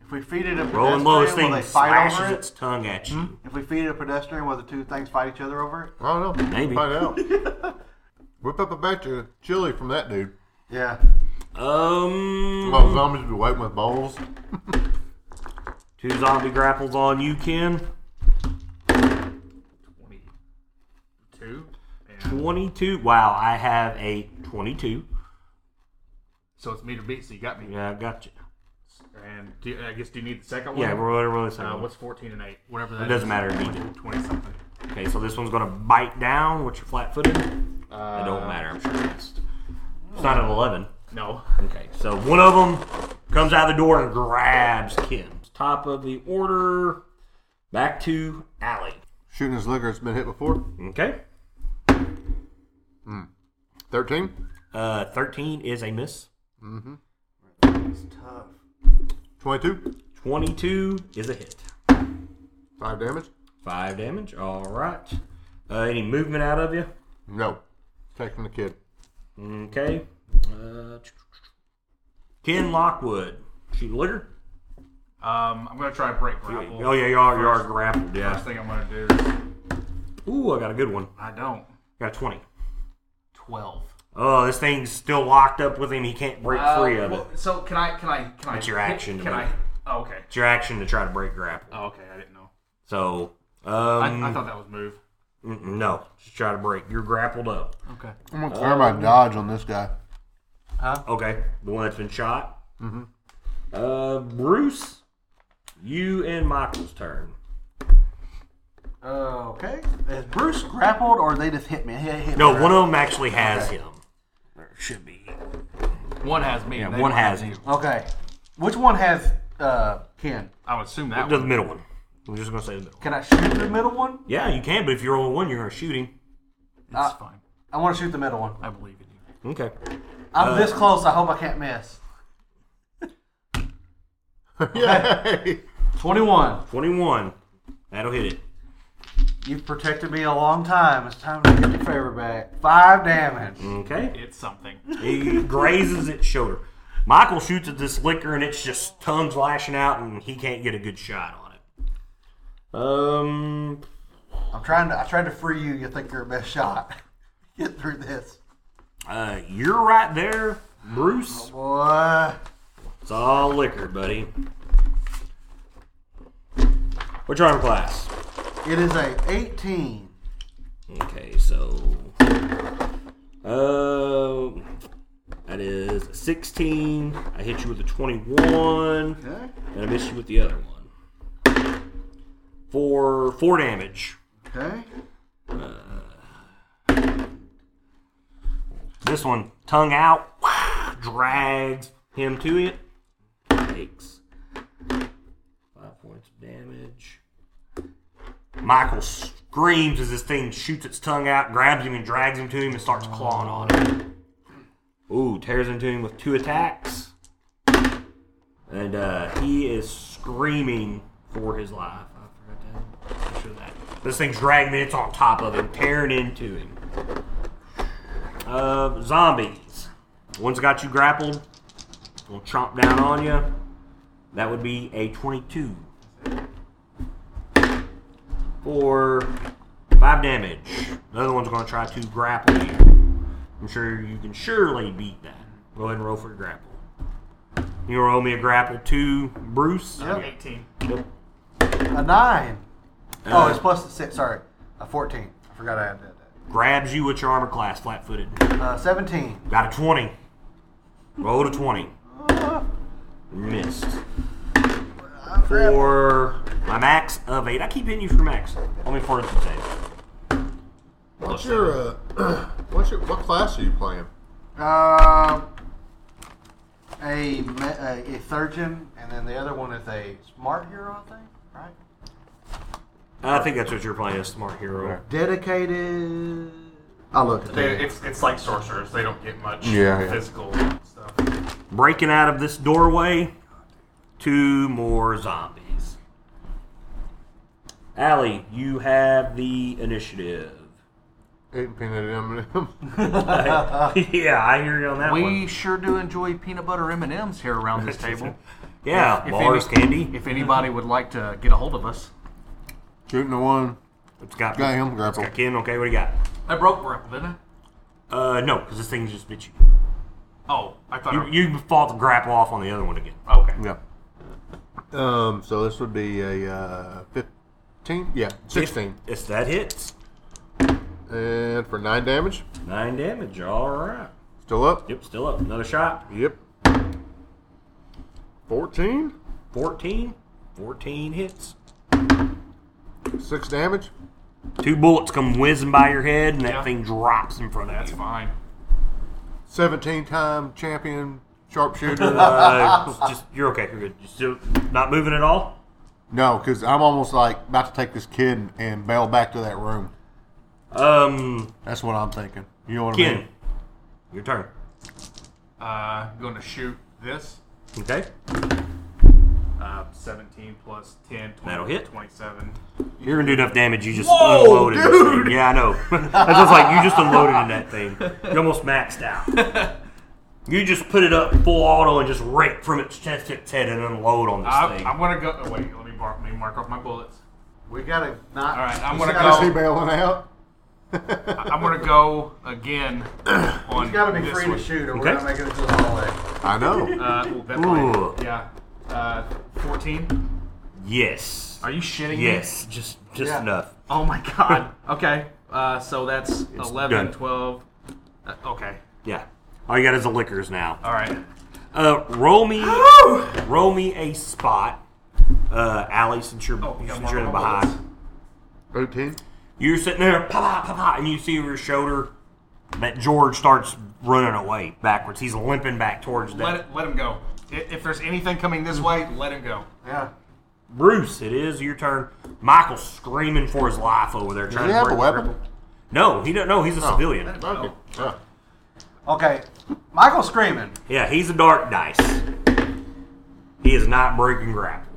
[SPEAKER 3] If we feed it a
[SPEAKER 1] Rolling low, this
[SPEAKER 3] pedestrian, will
[SPEAKER 1] thing
[SPEAKER 3] they fight
[SPEAKER 1] slashes
[SPEAKER 3] over
[SPEAKER 1] its
[SPEAKER 3] it?
[SPEAKER 1] tongue at you.
[SPEAKER 3] If we feed it a pedestrian, will the two things fight each other over it?
[SPEAKER 4] I don't know.
[SPEAKER 1] Maybe.
[SPEAKER 4] Find out. Whip up a batch of chili from that dude.
[SPEAKER 3] Yeah.
[SPEAKER 1] Um,
[SPEAKER 4] Hmm? Well, zombies be waiting with bowls.
[SPEAKER 1] two zombie grapples on you, Ken.
[SPEAKER 2] Twenty-two.
[SPEAKER 1] 22. Wow, I have a 22.
[SPEAKER 2] So it's meter beat. So you got me.
[SPEAKER 1] Yeah, I got you.
[SPEAKER 2] And do you, I guess do you need the second one?
[SPEAKER 1] Yeah, we're really, really
[SPEAKER 2] Uh,
[SPEAKER 1] sorry.
[SPEAKER 2] what's fourteen and eight? Whatever that
[SPEAKER 1] It doesn't
[SPEAKER 2] is.
[SPEAKER 1] matter to me.
[SPEAKER 2] Twenty something.
[SPEAKER 1] Okay, so this one's going to bite down. What's your flat footed? It
[SPEAKER 2] Uh,
[SPEAKER 1] don't matter, I'm sure. It's, it's not an 11.
[SPEAKER 2] No.
[SPEAKER 1] Okay, so one of them comes out the door and grabs Ken. Top of the order. Back to Allie.
[SPEAKER 4] Shooting his liquor. It's been hit before.
[SPEAKER 1] Okay.
[SPEAKER 4] Thirteen.
[SPEAKER 1] Uh, 13 is a miss.
[SPEAKER 3] It's tough.
[SPEAKER 4] Twenty-two.
[SPEAKER 1] 22 is a hit.
[SPEAKER 4] Five damage.
[SPEAKER 1] Five damage. All right. Uh, any movement out of you?
[SPEAKER 4] No. Take from the kid.
[SPEAKER 1] Okay. Uh, Ken Lockwood. Shoot litter.
[SPEAKER 2] Um, I'm gonna try a break grapple.
[SPEAKER 1] Oh yeah, you are you are
[SPEAKER 2] First-
[SPEAKER 1] grappled.
[SPEAKER 2] First
[SPEAKER 1] Yeah.
[SPEAKER 2] thing I'm gonna do is
[SPEAKER 1] Ooh, I got a good one.
[SPEAKER 2] I don't.
[SPEAKER 1] Got a twenty.
[SPEAKER 2] Twelve.
[SPEAKER 1] Oh, this thing's still locked up with him. He can't break free
[SPEAKER 2] Uh,
[SPEAKER 1] of it.
[SPEAKER 2] well, So can I? Can I? Can I?
[SPEAKER 1] That's your
[SPEAKER 2] hit-
[SPEAKER 1] action to
[SPEAKER 2] Can
[SPEAKER 1] move.
[SPEAKER 2] I? Oh, okay.
[SPEAKER 1] It's your action to try to break grapple.
[SPEAKER 2] Oh, okay. I didn't know.
[SPEAKER 1] So, um,
[SPEAKER 2] I, I thought that was move.
[SPEAKER 1] mm, no, just try to break. You're grappled up.
[SPEAKER 2] Okay.
[SPEAKER 4] I'm gonna clear my dodge on this guy.
[SPEAKER 2] Uh-huh.
[SPEAKER 1] Okay, the one that's been shot. Mm-hmm. Uh, Bruce, you and Michael's turn.
[SPEAKER 3] Okay. Is Bruce grappled or they just hit me? Hit, hit
[SPEAKER 1] No,
[SPEAKER 3] me
[SPEAKER 1] one of them actually has him. Or should be.
[SPEAKER 2] One has me.
[SPEAKER 1] Yeah,
[SPEAKER 2] they
[SPEAKER 1] one
[SPEAKER 2] don't have
[SPEAKER 1] has you.
[SPEAKER 3] Okay. Which one has uh, Ken?
[SPEAKER 2] I would assume that
[SPEAKER 1] The
[SPEAKER 2] one.
[SPEAKER 1] middle one. I'm just gonna say the middle.
[SPEAKER 3] Can I shoot the middle one?
[SPEAKER 1] Yeah, you can, but if you're only one, you're gonna shoot him.
[SPEAKER 2] It's fine.
[SPEAKER 3] I want to shoot the middle one.
[SPEAKER 2] I believe in you.
[SPEAKER 1] Okay.
[SPEAKER 3] I'm
[SPEAKER 1] Uh,
[SPEAKER 3] this close. I hope I can't miss.
[SPEAKER 4] <laughs>
[SPEAKER 3] <laughs>
[SPEAKER 4] Yay!
[SPEAKER 3] 21.
[SPEAKER 1] Twenty-one. That'll hit it.
[SPEAKER 3] You've protected me a long time. It's time to get your favor back. Five damage.
[SPEAKER 1] Okay.
[SPEAKER 2] It's something.
[SPEAKER 1] He grazes its shoulder. Michael shoots at this liquor and it's just tongues lashing out and he can't get a good shot on it. Um
[SPEAKER 3] I'm trying to. I tried to free you. You think you're a best shot? <laughs> Get through this,
[SPEAKER 1] uh, you're right there, Bruce.
[SPEAKER 3] boy.
[SPEAKER 1] It's all liquor, buddy. What's your armor class?
[SPEAKER 3] It is a 18.
[SPEAKER 1] Okay, so uh, that is a 16. I hit you with a 21,
[SPEAKER 3] Okay.
[SPEAKER 1] and I miss you with the other one. For four damage.
[SPEAKER 3] Okay.
[SPEAKER 1] This one, tongue out, drags him to it. Takes five points of damage. Michael screams as this thing shoots its tongue out, grabs him and drags him to him and starts clawing on him. Ooh, tears into him with two attacks. And uh, he is screaming for his life. I forgot to show that. This thing's dragging it, it's on top of him, tearing into him. Uh, zombies. One's got you grappled. Will chomp down on you. That would be a 22. For 5 damage. The other one's going to try to grapple you. I'm sure you can surely beat that. Go ahead and roll for your grapple. You roll me a grapple too, Bruce?
[SPEAKER 3] Yep.
[SPEAKER 2] Eighteen.
[SPEAKER 1] Nope.
[SPEAKER 3] A nine. oh,
[SPEAKER 1] Uh,
[SPEAKER 3] it's plus the six. Sorry, a 14. I forgot I had that.
[SPEAKER 1] Grabs you with your armor class, flat footed.
[SPEAKER 3] Uh, 17.
[SPEAKER 1] Got a 20. Roll a 20. Missed. For my max of 8. I keep hitting you for max. Only for instance save.
[SPEAKER 4] What's your uh, <clears throat> what's your what class are you playing?
[SPEAKER 3] Um, a, me- a a surgeon, and then the other one is a smart hero, I think. Right.
[SPEAKER 1] I think that's what you're playing as Smart Hero.
[SPEAKER 3] Dedicated. I'll look at
[SPEAKER 2] They,
[SPEAKER 3] that.
[SPEAKER 2] it's it's like sorcerers. They don't get much
[SPEAKER 4] Yeah, yeah.
[SPEAKER 2] physical stuff.
[SPEAKER 1] Breaking out of this doorway, two more zombies. Allie, you have the initiative.
[SPEAKER 4] Eating peanut M&M.
[SPEAKER 1] <laughs> yeah, I hear you on that one.
[SPEAKER 2] <laughs> We sure do enjoy peanut butter M and M's here around this table.
[SPEAKER 1] Yeah,
[SPEAKER 2] If
[SPEAKER 1] bars,
[SPEAKER 2] any-
[SPEAKER 1] candy.
[SPEAKER 2] If anybody would like to get a hold of us,
[SPEAKER 4] <laughs> Shooting the one.
[SPEAKER 1] It's got,
[SPEAKER 4] Got him,
[SPEAKER 1] it's
[SPEAKER 4] grapple.
[SPEAKER 1] got Ken. Okay, what do you got?
[SPEAKER 2] I broke grapple, didn't I?
[SPEAKER 1] Uh, no, because this thing just bit you.
[SPEAKER 2] Oh, I thought. I,
[SPEAKER 1] You, you fought the grapple off on the other one again.
[SPEAKER 2] okay.
[SPEAKER 4] Yeah. Um. So this would be a uh, fifteen. Yeah, sixteen.
[SPEAKER 1] If, if that hits,
[SPEAKER 4] And for nine damage.
[SPEAKER 1] nine damage. All right.
[SPEAKER 4] Still up.
[SPEAKER 1] Yep, still up. Another shot.
[SPEAKER 4] Yep. Fourteen.
[SPEAKER 1] 14. 14 hits.
[SPEAKER 4] Six damage.
[SPEAKER 1] Two bullets come whizzing by your head, and that
[SPEAKER 2] Yeah.
[SPEAKER 1] thing drops in front of
[SPEAKER 2] That's
[SPEAKER 1] you.
[SPEAKER 2] fine.
[SPEAKER 4] Seventeen-time champion
[SPEAKER 2] <laughs>
[SPEAKER 4] sharpshooter.
[SPEAKER 1] Uh, just you're okay. You're good. You're still not moving at all.
[SPEAKER 4] No, because I'm almost like about to take this kid and, and bail back to that room.
[SPEAKER 1] Um,
[SPEAKER 4] That's what I'm thinking. You know what I
[SPEAKER 1] Ken,
[SPEAKER 4] mean?
[SPEAKER 1] your turn.
[SPEAKER 2] Uh, going to shoot this.
[SPEAKER 1] Okay.
[SPEAKER 2] Uh, 17 plus 10, 20,
[SPEAKER 1] That'll hit.
[SPEAKER 2] 27.
[SPEAKER 1] You're gonna do enough damage. You just
[SPEAKER 2] Whoa,
[SPEAKER 1] unloaded. this thing.
[SPEAKER 2] dude!
[SPEAKER 1] Yeah, I
[SPEAKER 2] <laughs>
[SPEAKER 1] know. <laughs> That's just like you just unloaded in that thing. You almost maxed out.
[SPEAKER 2] <laughs>
[SPEAKER 1] You just put it up full auto and just rake from its chest to its head and unload on this
[SPEAKER 2] I,
[SPEAKER 1] thing.
[SPEAKER 2] I'm going to go. Oh, wait, let me, mark, let me mark off my bullets.
[SPEAKER 3] We gotta not.
[SPEAKER 2] All right, I'm
[SPEAKER 3] we
[SPEAKER 2] gonna
[SPEAKER 3] gotta-
[SPEAKER 4] Is he bailing out?
[SPEAKER 2] <laughs> I'm going to go <coughs> again on.
[SPEAKER 3] We gotta be
[SPEAKER 2] this
[SPEAKER 3] free
[SPEAKER 2] one.
[SPEAKER 3] to shoot, or
[SPEAKER 1] Okay.
[SPEAKER 3] we're not making it to the hallway.
[SPEAKER 4] I know.
[SPEAKER 2] Uh, ooh, that's
[SPEAKER 1] Ooh.
[SPEAKER 2] fine. Yeah. Uh, 14.
[SPEAKER 1] yes.
[SPEAKER 2] Are you shitting me?
[SPEAKER 1] Yes. Just just
[SPEAKER 3] Yeah.
[SPEAKER 1] enough.
[SPEAKER 2] Oh my god. okay. Uh, so that's
[SPEAKER 1] done.
[SPEAKER 2] 11, 12. Uh, okay.
[SPEAKER 1] Yeah. All you got is the liquors now.
[SPEAKER 2] All right.
[SPEAKER 1] Uh, roll me, roll me a spot, uh, Allie, since you're,
[SPEAKER 2] Oh, yeah,
[SPEAKER 1] since you're in the
[SPEAKER 2] Marvel
[SPEAKER 1] behind.
[SPEAKER 2] bullets.
[SPEAKER 4] Eighteen.
[SPEAKER 1] You're sitting there, pa pa pa pa, and you see over your shoulder that George starts running away backwards. He's limping back towards
[SPEAKER 2] Let,
[SPEAKER 1] that.
[SPEAKER 2] it, let him go. I- If there's anything coming this way, let him go.
[SPEAKER 3] Yeah.
[SPEAKER 1] Bruce, it is your turn. Michael's screaming for his life over there.
[SPEAKER 4] Does
[SPEAKER 1] Trying
[SPEAKER 4] he
[SPEAKER 1] to
[SPEAKER 4] have a
[SPEAKER 1] break-
[SPEAKER 4] weapon?
[SPEAKER 1] No, he don't. No, he's a
[SPEAKER 3] Oh.
[SPEAKER 1] civilian.
[SPEAKER 2] Oh,
[SPEAKER 4] Okay. Yeah.
[SPEAKER 3] Okay. Michael screaming.
[SPEAKER 1] Yeah, he's a dark dice. He is not breaking grapple.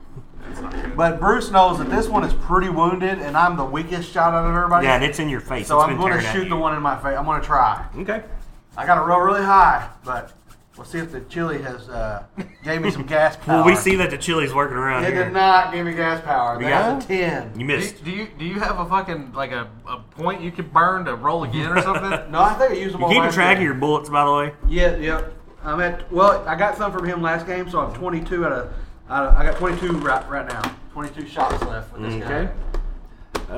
[SPEAKER 3] But Bruce knows that this one is pretty wounded, and I'm the weakest shot out of everybody.
[SPEAKER 1] Yeah, and it's in your face.
[SPEAKER 3] so
[SPEAKER 1] It's
[SPEAKER 3] I'm
[SPEAKER 1] been
[SPEAKER 3] going
[SPEAKER 1] tearing
[SPEAKER 3] to
[SPEAKER 1] at
[SPEAKER 3] shoot
[SPEAKER 1] you.
[SPEAKER 3] the one in my face. I'm going to try.
[SPEAKER 1] Okay.
[SPEAKER 3] I got to roll really high, but we'll see if the chili has uh,
[SPEAKER 1] <laughs>
[SPEAKER 3] gave me some gas power.
[SPEAKER 1] Well, we see that the chili's working around
[SPEAKER 3] It did
[SPEAKER 1] here.
[SPEAKER 3] not give me gas power.
[SPEAKER 1] got
[SPEAKER 3] That's a ten.
[SPEAKER 1] You
[SPEAKER 2] Do you,
[SPEAKER 1] missed.
[SPEAKER 2] do you do you have a fucking like a, a point you can burn to roll again
[SPEAKER 1] <laughs>
[SPEAKER 2] or something?
[SPEAKER 3] No, I think I used them
[SPEAKER 1] You
[SPEAKER 3] all.
[SPEAKER 1] keeping
[SPEAKER 3] last
[SPEAKER 1] track of
[SPEAKER 3] game.
[SPEAKER 1] your bullets, by the way?
[SPEAKER 3] Yeah, yeah. I'm at. Well, I got some from him last game, so I'm 22 out of. Out of I got 22 right right now. Mm-hmm. 22 shots left with this guy.
[SPEAKER 1] Uh,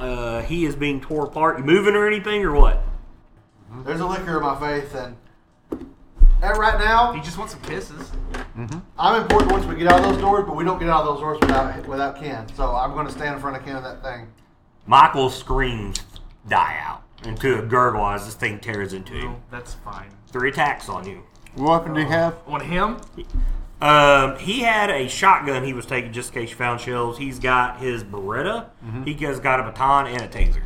[SPEAKER 1] uh, he is being tore apart. You moving or anything or what?
[SPEAKER 3] There's a liquor in my face, and and right now
[SPEAKER 2] He just wants some kisses.
[SPEAKER 3] I'm important once we get out of those doors, but we don't get out of those doors without without Ken. So I'm going to stand in front of Ken of that thing.
[SPEAKER 1] Michael's screams die out into a gurgle as this thing tears into you.
[SPEAKER 2] No, that's fine.
[SPEAKER 1] Three attacks on you.
[SPEAKER 4] What weapon do you have?
[SPEAKER 2] On him,
[SPEAKER 1] Um, he had a shotgun he was taking just in case you found shells. He's got his Beretta. He has got a baton and a taser.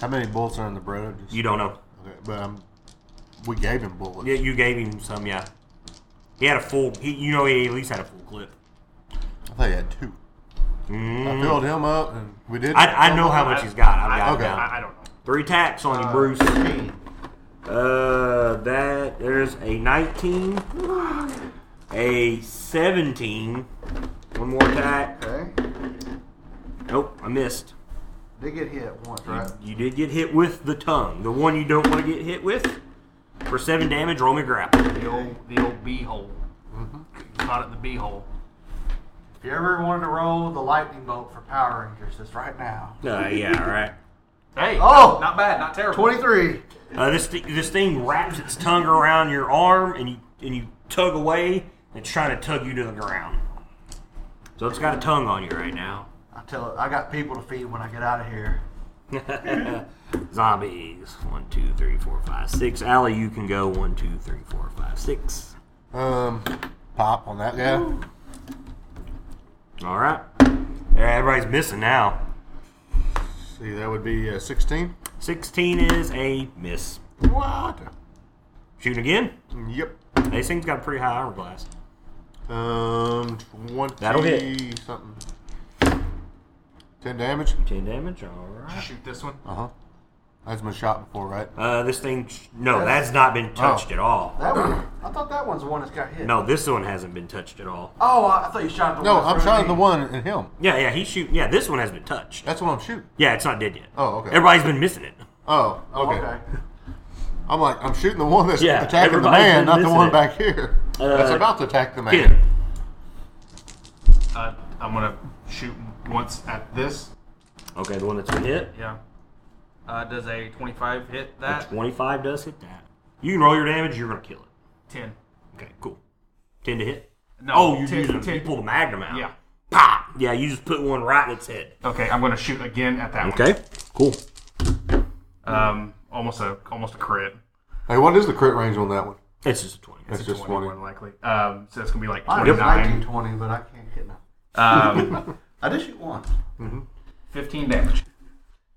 [SPEAKER 4] How many bullets are in the bread? Just-
[SPEAKER 1] You don't know.
[SPEAKER 4] Okay, but um, we gave him bullets.
[SPEAKER 1] Yeah, you gave him some. Yeah, he had a full. He, you know, he at least had a full clip.
[SPEAKER 4] I think he had two. I filled him up, and we did.
[SPEAKER 1] Mm. I, I know how much he's got. I've got it
[SPEAKER 4] Okay.
[SPEAKER 1] down.
[SPEAKER 2] I, I don't know.
[SPEAKER 1] Three attacks on you, Bruce. Uh, that there's a 19, a 17. One more attack.
[SPEAKER 3] Okay,
[SPEAKER 1] Nope, I missed.
[SPEAKER 3] they get hit once, right?
[SPEAKER 1] You did get hit with the tongue, the one you don't want to get hit with. For seven damage, roll me grapple.
[SPEAKER 2] The old the old bee hole.
[SPEAKER 1] Mm-hmm.
[SPEAKER 2] Caught it in the bee hole.
[SPEAKER 3] If you ever wanted to roll the lightning bolt for Power Rangers, it's right now.
[SPEAKER 1] Uh, yeah, all right.
[SPEAKER 2] Hey,
[SPEAKER 3] Oh!
[SPEAKER 2] not, not bad, not terrible.
[SPEAKER 3] 23.
[SPEAKER 1] Uh, this thi- this thing wraps its tongue around your arm, and you and you tug away. and It's trying to tug you to the ground. So it's got a tongue on you right now.
[SPEAKER 3] I tell it, I got people to feed when I get out of here.
[SPEAKER 1] <laughs> Zombies. One, two, three, four, five, six. Allie, you can go. One, two, three, four, five, six.
[SPEAKER 4] Um, pop on that guy.
[SPEAKER 1] All right. Yeah, everybody's missing now.
[SPEAKER 4] See, that would be uh, sixteen.
[SPEAKER 1] 16 is a miss.
[SPEAKER 4] What?
[SPEAKER 1] Shooting again.
[SPEAKER 4] Yep.
[SPEAKER 1] This thing's got a pretty high armor class.
[SPEAKER 4] Um, 20
[SPEAKER 1] That'll hit.
[SPEAKER 4] something. 10 damage.
[SPEAKER 1] 10 damage. All right.
[SPEAKER 2] Shoot this one.
[SPEAKER 4] Uh huh. That's been shot before, right?
[SPEAKER 1] Uh, this thing, no, that's Oh. not been touched at all.
[SPEAKER 3] That one, I thought that one's the one that's got hit.
[SPEAKER 1] No, this one hasn't been touched at all.
[SPEAKER 3] Oh, I I thought you shot at the
[SPEAKER 4] No,
[SPEAKER 3] one.
[SPEAKER 4] I'm
[SPEAKER 3] that's
[SPEAKER 4] shot at the
[SPEAKER 3] running.
[SPEAKER 4] one in him.
[SPEAKER 1] Yeah, yeah, he's shooting. Yeah, this one has been touched.
[SPEAKER 4] That's what I'm shooting.
[SPEAKER 1] Yeah, it's not dead yet.
[SPEAKER 4] Oh, okay.
[SPEAKER 1] Everybody's been missing it.
[SPEAKER 4] Oh, okay.
[SPEAKER 3] Okay.
[SPEAKER 4] I'm like, I'm shooting the one that's
[SPEAKER 1] Yeah,
[SPEAKER 4] attacking the
[SPEAKER 1] everybody's
[SPEAKER 4] man,
[SPEAKER 1] been
[SPEAKER 4] not the
[SPEAKER 1] missing
[SPEAKER 4] one
[SPEAKER 1] it.
[SPEAKER 4] back here. that's
[SPEAKER 1] Uh,
[SPEAKER 4] about to attack the man.
[SPEAKER 1] Get it.
[SPEAKER 2] Uh, I'm gonna shoot once at this.
[SPEAKER 1] Okay, the one that's been hit.
[SPEAKER 2] Yeah. Uh, does a 25 hit
[SPEAKER 1] The
[SPEAKER 2] that?
[SPEAKER 1] 25 does hit that. You can roll your damage, you're going to kill it.
[SPEAKER 2] 10.
[SPEAKER 1] Okay, cool. 10 to hit.
[SPEAKER 2] No,
[SPEAKER 1] oh, you,
[SPEAKER 2] 10,
[SPEAKER 1] use a,
[SPEAKER 2] 10.
[SPEAKER 1] you pull the magnum out.
[SPEAKER 2] Yeah.
[SPEAKER 1] Pop! Yeah, you just put one right in its head.
[SPEAKER 2] Okay, I'm gonna shoot again at that
[SPEAKER 1] Okay, cool.
[SPEAKER 2] one. Um, almost a almost a crit.
[SPEAKER 4] Hey, what is the crit range on that one?
[SPEAKER 1] It's just a 20.
[SPEAKER 4] That's
[SPEAKER 2] It's a
[SPEAKER 4] just
[SPEAKER 2] 20
[SPEAKER 4] 20.
[SPEAKER 2] more than likely. Um, so that's gonna be like
[SPEAKER 3] I was 19,
[SPEAKER 2] 29.
[SPEAKER 3] 20, but I can't get nothing.
[SPEAKER 2] <laughs> Um,
[SPEAKER 3] I did shoot one.
[SPEAKER 2] 15 damage.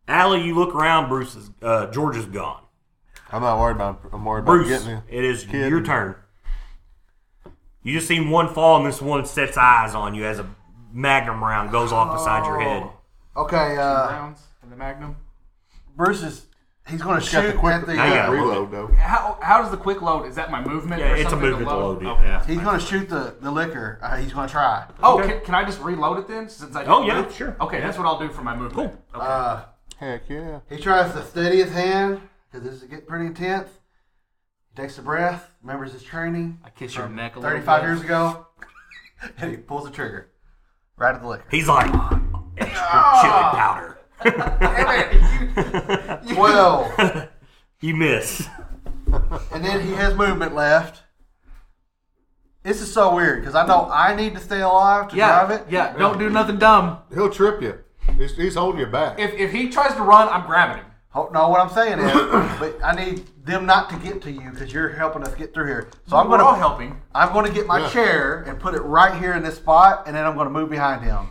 [SPEAKER 1] Allie, you look around. Bruce is, uh, George is gone.
[SPEAKER 4] I'm not worried about. I'm worried about
[SPEAKER 1] Bruce,
[SPEAKER 4] getting it.
[SPEAKER 1] it is
[SPEAKER 4] kid.
[SPEAKER 1] your turn. You just seen one fall, and this one sets eyes on you as a magnum round goes off beside your
[SPEAKER 2] Oh.
[SPEAKER 1] head.
[SPEAKER 3] Okay, uh,
[SPEAKER 2] rounds in the magnum.
[SPEAKER 3] Bruce is he's going to
[SPEAKER 4] Got the
[SPEAKER 3] shoot
[SPEAKER 4] quick
[SPEAKER 3] at the.
[SPEAKER 1] Now you
[SPEAKER 3] Uh,
[SPEAKER 1] gotta load
[SPEAKER 4] reload though.
[SPEAKER 2] How, how does the quick load? Is that my movement?
[SPEAKER 1] Yeah,
[SPEAKER 2] or
[SPEAKER 1] it's a
[SPEAKER 2] something to
[SPEAKER 1] movement to load it.
[SPEAKER 2] Okay.
[SPEAKER 1] Yeah.
[SPEAKER 3] he's going to shoot the the liquor. Uh, he's going to try.
[SPEAKER 2] Oh, can, can I just reload it then? Since I
[SPEAKER 1] Oh, yeah,
[SPEAKER 2] moved?
[SPEAKER 1] sure.
[SPEAKER 2] Okay, that's what I'll do for my movement. Okay.
[SPEAKER 3] Uh,
[SPEAKER 4] Heck yeah!
[SPEAKER 3] he tries the thirtieth hand because this is getting pretty intense. He takes a breath, remembers his training
[SPEAKER 2] I kiss your neck a little.
[SPEAKER 3] thirty-five
[SPEAKER 2] bit.
[SPEAKER 3] years ago, <laughs> and he pulls the trigger right at the <laughs> liquor.
[SPEAKER 1] He's like extra
[SPEAKER 2] Ah.
[SPEAKER 1] chili powder.
[SPEAKER 2] <laughs>
[SPEAKER 3] <laughs> Twelve.
[SPEAKER 1] You miss.
[SPEAKER 3] and then he has movement left. This is so weird because I know I need to stay alive to
[SPEAKER 2] Yeah,
[SPEAKER 3] drive it.
[SPEAKER 2] yeah. Don't do nothing dumb.
[SPEAKER 4] He'll trip you. He's, he's holding you back.
[SPEAKER 2] If, if he tries to run, I'm grabbing him.
[SPEAKER 3] Ho- No, what I'm saying is, but I need them not to get to you because you're helping us get through here. So I'm
[SPEAKER 2] We're all
[SPEAKER 3] gonna,
[SPEAKER 2] helping.
[SPEAKER 3] I'm gonna get my
[SPEAKER 4] Yeah.
[SPEAKER 3] chair and put it right here in this spot, and then I'm gonna move behind him.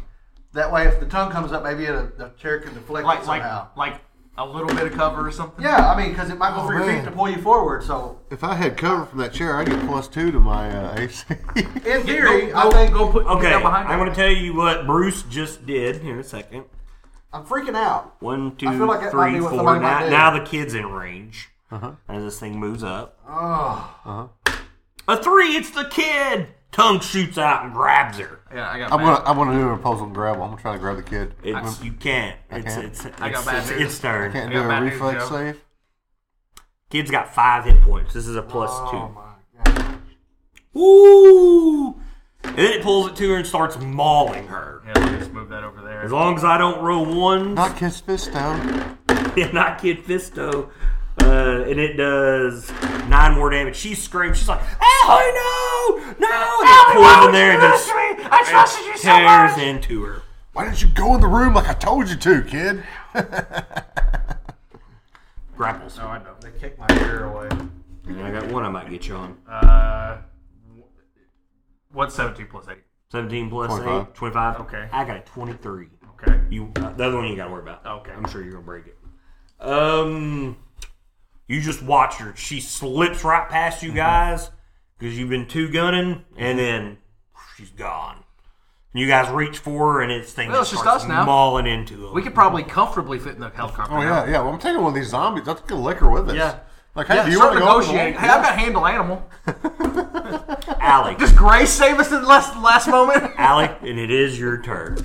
[SPEAKER 3] That way, if the tongue comes up, maybe it, the chair can deflect it
[SPEAKER 2] Like like
[SPEAKER 3] somehow.
[SPEAKER 2] like a little bit of cover or something.
[SPEAKER 3] yeah, I mean, because it might go
[SPEAKER 4] Oh,
[SPEAKER 3] for your
[SPEAKER 4] man.
[SPEAKER 3] feet to pull you forward. So
[SPEAKER 4] If I had cover from that chair, I'd get plus two to my uh, AC. <laughs>
[SPEAKER 3] in theory,
[SPEAKER 2] Go,
[SPEAKER 3] I think
[SPEAKER 2] go put
[SPEAKER 1] Okay,
[SPEAKER 2] get behind
[SPEAKER 1] I'm
[SPEAKER 2] him.
[SPEAKER 1] going to tell you what Bruce just did here in a second.
[SPEAKER 3] I'm freaking out.
[SPEAKER 1] One, two,
[SPEAKER 3] I feel like that might
[SPEAKER 1] three,
[SPEAKER 3] be what
[SPEAKER 1] four.
[SPEAKER 3] somebody might
[SPEAKER 1] Now,
[SPEAKER 3] do.
[SPEAKER 1] now the kid's in range
[SPEAKER 4] Uh-huh.
[SPEAKER 1] as this thing moves up.
[SPEAKER 3] Oh,
[SPEAKER 1] A three, it's the kid. Tongue shoots out and grabs her.
[SPEAKER 2] Yeah, I got.
[SPEAKER 4] I'm
[SPEAKER 2] bad.
[SPEAKER 4] gonna I'm gonna do an opposed and grab. I'm gonna try to grab the kid.
[SPEAKER 1] It's you can't. It's
[SPEAKER 4] can't.
[SPEAKER 1] it's
[SPEAKER 2] I got
[SPEAKER 1] it's,
[SPEAKER 2] bad
[SPEAKER 1] it's,
[SPEAKER 2] news.
[SPEAKER 1] it's turn.
[SPEAKER 4] Can't
[SPEAKER 2] I
[SPEAKER 4] do
[SPEAKER 2] got
[SPEAKER 4] a
[SPEAKER 2] bad news,
[SPEAKER 4] reflex
[SPEAKER 2] Joe.
[SPEAKER 4] save.
[SPEAKER 1] Kid's got five hit points. This is a plus
[SPEAKER 3] oh
[SPEAKER 1] two.
[SPEAKER 3] my god.
[SPEAKER 1] Woo! And then it pulls it to her and starts mauling her.
[SPEAKER 2] Yeah, let me just move that over there.
[SPEAKER 1] As long as I don't roll one,
[SPEAKER 4] Not kiss fist though.
[SPEAKER 1] <laughs> and not Kid Fisto, uh, and it does nine more damage. She screams. She's like, "Oh no, no!" And it pulls in there and just
[SPEAKER 2] I trusted you so
[SPEAKER 1] tears
[SPEAKER 2] much.
[SPEAKER 1] into her.
[SPEAKER 4] Why didn't you go in the room like I told you to, kid?
[SPEAKER 1] Grapples.
[SPEAKER 2] No, I know.
[SPEAKER 3] They kicked my chair away.
[SPEAKER 1] And I got one. I might get you on.
[SPEAKER 2] Uh, wh- what's 17 plus 8?
[SPEAKER 1] Seventeen plus
[SPEAKER 4] 25.
[SPEAKER 1] eight, 25.
[SPEAKER 2] Okay.
[SPEAKER 1] I got a twenty-three.
[SPEAKER 2] Okay.
[SPEAKER 1] You, uh, the other one you got to worry about.
[SPEAKER 2] Okay.
[SPEAKER 1] I'm sure you're gonna break it. Um, you just watch her. She slips right past
[SPEAKER 2] Mm-hmm.
[SPEAKER 1] you guys because you've been two gunning, and then she's gone. And you guys reach for her, and it's thing
[SPEAKER 2] Well,
[SPEAKER 1] just
[SPEAKER 2] it's just
[SPEAKER 1] starts
[SPEAKER 2] us now.
[SPEAKER 1] mauling into him.
[SPEAKER 2] We could probably comfortably fit in the helicopter.
[SPEAKER 4] Oh yeah, yeah. Well, I'm taking one of these zombies. Let's get liquor with us.
[SPEAKER 2] Yeah.
[SPEAKER 4] Like, hey,
[SPEAKER 2] Yeah,
[SPEAKER 4] do you want
[SPEAKER 2] start
[SPEAKER 4] to go? with
[SPEAKER 2] negotiating.
[SPEAKER 4] me?
[SPEAKER 2] Hey, I've got handle animal. <laughs>
[SPEAKER 1] Allie,
[SPEAKER 2] Does Grace save us at the last, last moment?
[SPEAKER 1] Allie, and it is your turn.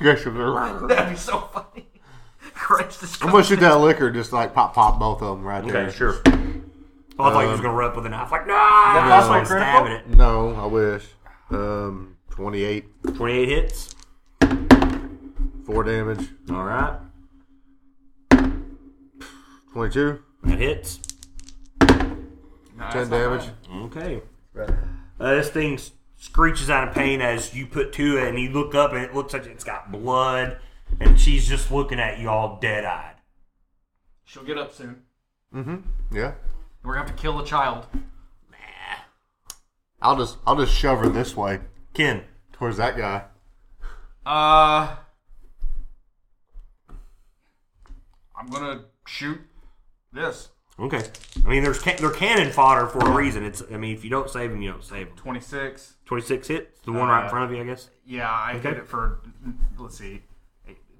[SPEAKER 4] Yes, sure.
[SPEAKER 2] That'd be so funny. <laughs> Grace is
[SPEAKER 4] I'm gonna shoot that liquor. Just like pop, pop both of them right there.
[SPEAKER 1] sure. Oh, I thought you was gonna run up with a knife. Like, no, that's
[SPEAKER 3] possible
[SPEAKER 1] like stabbing it.
[SPEAKER 4] No, I wish. Um, 28,
[SPEAKER 1] Twenty-eight hits.
[SPEAKER 4] four damage,
[SPEAKER 1] All right,
[SPEAKER 4] 22,
[SPEAKER 1] that hits.
[SPEAKER 4] 10 damage.
[SPEAKER 1] Okay. Uh, this thing s- screeches out in pain as you put to it, and you look up, and it looks like it's got blood, and she's just looking at you all dead eyed.
[SPEAKER 2] She'll get up soon.
[SPEAKER 4] Yeah.
[SPEAKER 2] We're gonna have to kill a child.
[SPEAKER 4] I'll just, I'll just shove her this way
[SPEAKER 1] Ken,
[SPEAKER 4] towards that guy.
[SPEAKER 2] Uh, I'm gonna shoot this
[SPEAKER 1] okay. I mean, there's ca- they're cannon fodder for a reason. It's I mean, if you don't save them, you don't save them.
[SPEAKER 2] 26.
[SPEAKER 1] Twenty six hits, the one right in
[SPEAKER 2] Uh,
[SPEAKER 1] front of you, I guess.
[SPEAKER 2] Yeah, I hit it for let's see,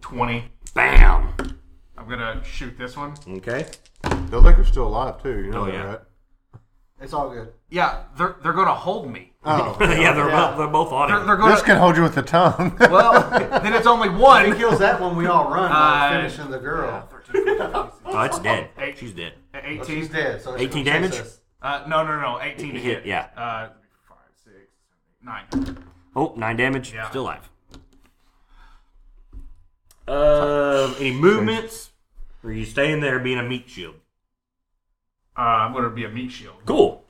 [SPEAKER 2] 20.
[SPEAKER 1] Bam.
[SPEAKER 2] I'm gonna shoot this one.
[SPEAKER 1] Okay. <laughs>
[SPEAKER 4] The liquor's still alive too. You know
[SPEAKER 1] Oh,
[SPEAKER 4] that,
[SPEAKER 1] yeah. <laughs>
[SPEAKER 4] right?
[SPEAKER 3] <laughs> It's all good.
[SPEAKER 2] Yeah, they're they're gonna hold me.
[SPEAKER 4] Oh,
[SPEAKER 1] yeah, they're
[SPEAKER 3] Yeah.
[SPEAKER 1] both they're both on
[SPEAKER 2] They're,
[SPEAKER 1] it.
[SPEAKER 2] <laughs> they're gonna.
[SPEAKER 4] this can hold you with the tongue. <laughs>
[SPEAKER 2] well, then
[SPEAKER 1] <laughs>
[SPEAKER 2] it's only
[SPEAKER 3] He
[SPEAKER 2] one.
[SPEAKER 3] kills that one. We all run while
[SPEAKER 2] Uh,
[SPEAKER 3] he's finishing the girl.
[SPEAKER 1] Oh, it's dead. She's dead.
[SPEAKER 3] But she's
[SPEAKER 2] 18.
[SPEAKER 3] dead. So
[SPEAKER 1] 18
[SPEAKER 3] she
[SPEAKER 1] damage?
[SPEAKER 3] us.
[SPEAKER 2] Uh, no, no, no. 18 to hit.
[SPEAKER 1] Yeah.
[SPEAKER 2] Uh, five, six, seven, eight, nine.
[SPEAKER 1] Oh, nine damage.
[SPEAKER 2] Yeah.
[SPEAKER 1] Still alive. Um, any movements? Or you staying there being a meat shield?
[SPEAKER 2] Uh, I'm gonna be a meat shield.
[SPEAKER 1] Cool.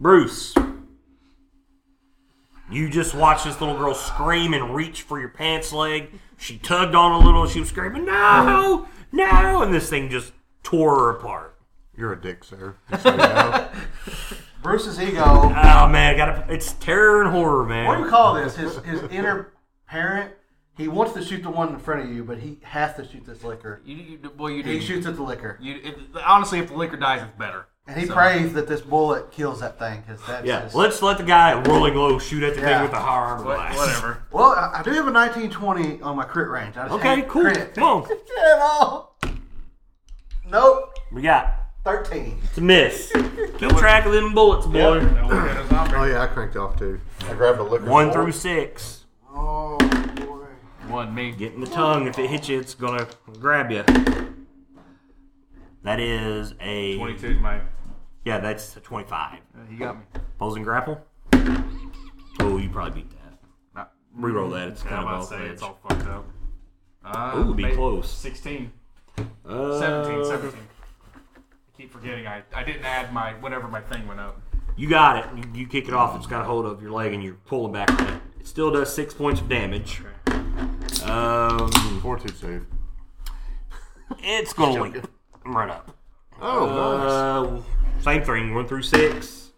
[SPEAKER 1] Bruce, you just watched this little girl scream and reach for your pants leg. She tugged on a little. She was screaming, "No, no!" And this thing just tore her apart.
[SPEAKER 4] You're a dick, sir. Just so you know. <laughs>
[SPEAKER 3] Bruce's ego.
[SPEAKER 1] Oh man, got it's terror and horror,
[SPEAKER 3] What do you
[SPEAKER 1] man.
[SPEAKER 3] call
[SPEAKER 2] <laughs>
[SPEAKER 3] this? His his inner parent. He wants to shoot the one in front of you, but he has to shoot this liquor.
[SPEAKER 2] You, you, well, you
[SPEAKER 3] He
[SPEAKER 2] did.
[SPEAKER 3] shoots at the liquor,
[SPEAKER 2] You, if, honestly, if the liquor dies, it's better.
[SPEAKER 3] and he
[SPEAKER 2] So-
[SPEAKER 3] prays that this bullet kills that thing because that's
[SPEAKER 1] Yeah,
[SPEAKER 3] just-
[SPEAKER 1] let's let the guy at Rolling Low shoot at the
[SPEAKER 3] Yeah.
[SPEAKER 1] thing with the high armor
[SPEAKER 2] What,
[SPEAKER 1] blast.
[SPEAKER 2] whatever.
[SPEAKER 3] Well, I, I do have a 1920 on my crit range. I just
[SPEAKER 1] Okay,
[SPEAKER 3] hate
[SPEAKER 1] cool.
[SPEAKER 3] Crit.
[SPEAKER 1] Come
[SPEAKER 3] <laughs>
[SPEAKER 1] on,
[SPEAKER 3] At all. Nope.
[SPEAKER 1] we got
[SPEAKER 3] 13.
[SPEAKER 1] it's a miss. Keep track of them bullets, boy.
[SPEAKER 2] Yep, that was good as zombie.
[SPEAKER 1] <laughs>
[SPEAKER 4] oh yeah, I cranked off too. I grabbed a liquor.
[SPEAKER 1] One
[SPEAKER 4] bowl.
[SPEAKER 1] through six.
[SPEAKER 3] Oh, boy.
[SPEAKER 2] One me.
[SPEAKER 1] Get in the tongue. If it hits you, it's gonna grab you. That is a
[SPEAKER 2] 22 is my.
[SPEAKER 1] yeah. That's a twenty-five.
[SPEAKER 2] Uh, He got me.
[SPEAKER 1] Opposing grapple. Oh, you probably beat that.
[SPEAKER 2] Not,
[SPEAKER 1] Reroll that. It's
[SPEAKER 2] I'm
[SPEAKER 1] kind
[SPEAKER 2] about to
[SPEAKER 1] of
[SPEAKER 2] say it's
[SPEAKER 1] off
[SPEAKER 2] all fucked up. Uh,
[SPEAKER 1] Ooh, be
[SPEAKER 2] maybe
[SPEAKER 1] close.
[SPEAKER 2] 16.
[SPEAKER 1] edge.
[SPEAKER 2] 17,
[SPEAKER 1] Uh,
[SPEAKER 2] 17. I keep forgetting I, I didn't add my whenever my thing went up.
[SPEAKER 1] You got it. You, you kick it off. It's got a hold of your leg, and you're pulling back. on it. It still does six points of damage. Um,
[SPEAKER 4] Fortitude save.
[SPEAKER 1] it's gonna leap right up.
[SPEAKER 4] Oh, nice.
[SPEAKER 1] Uh, same thing, one through six.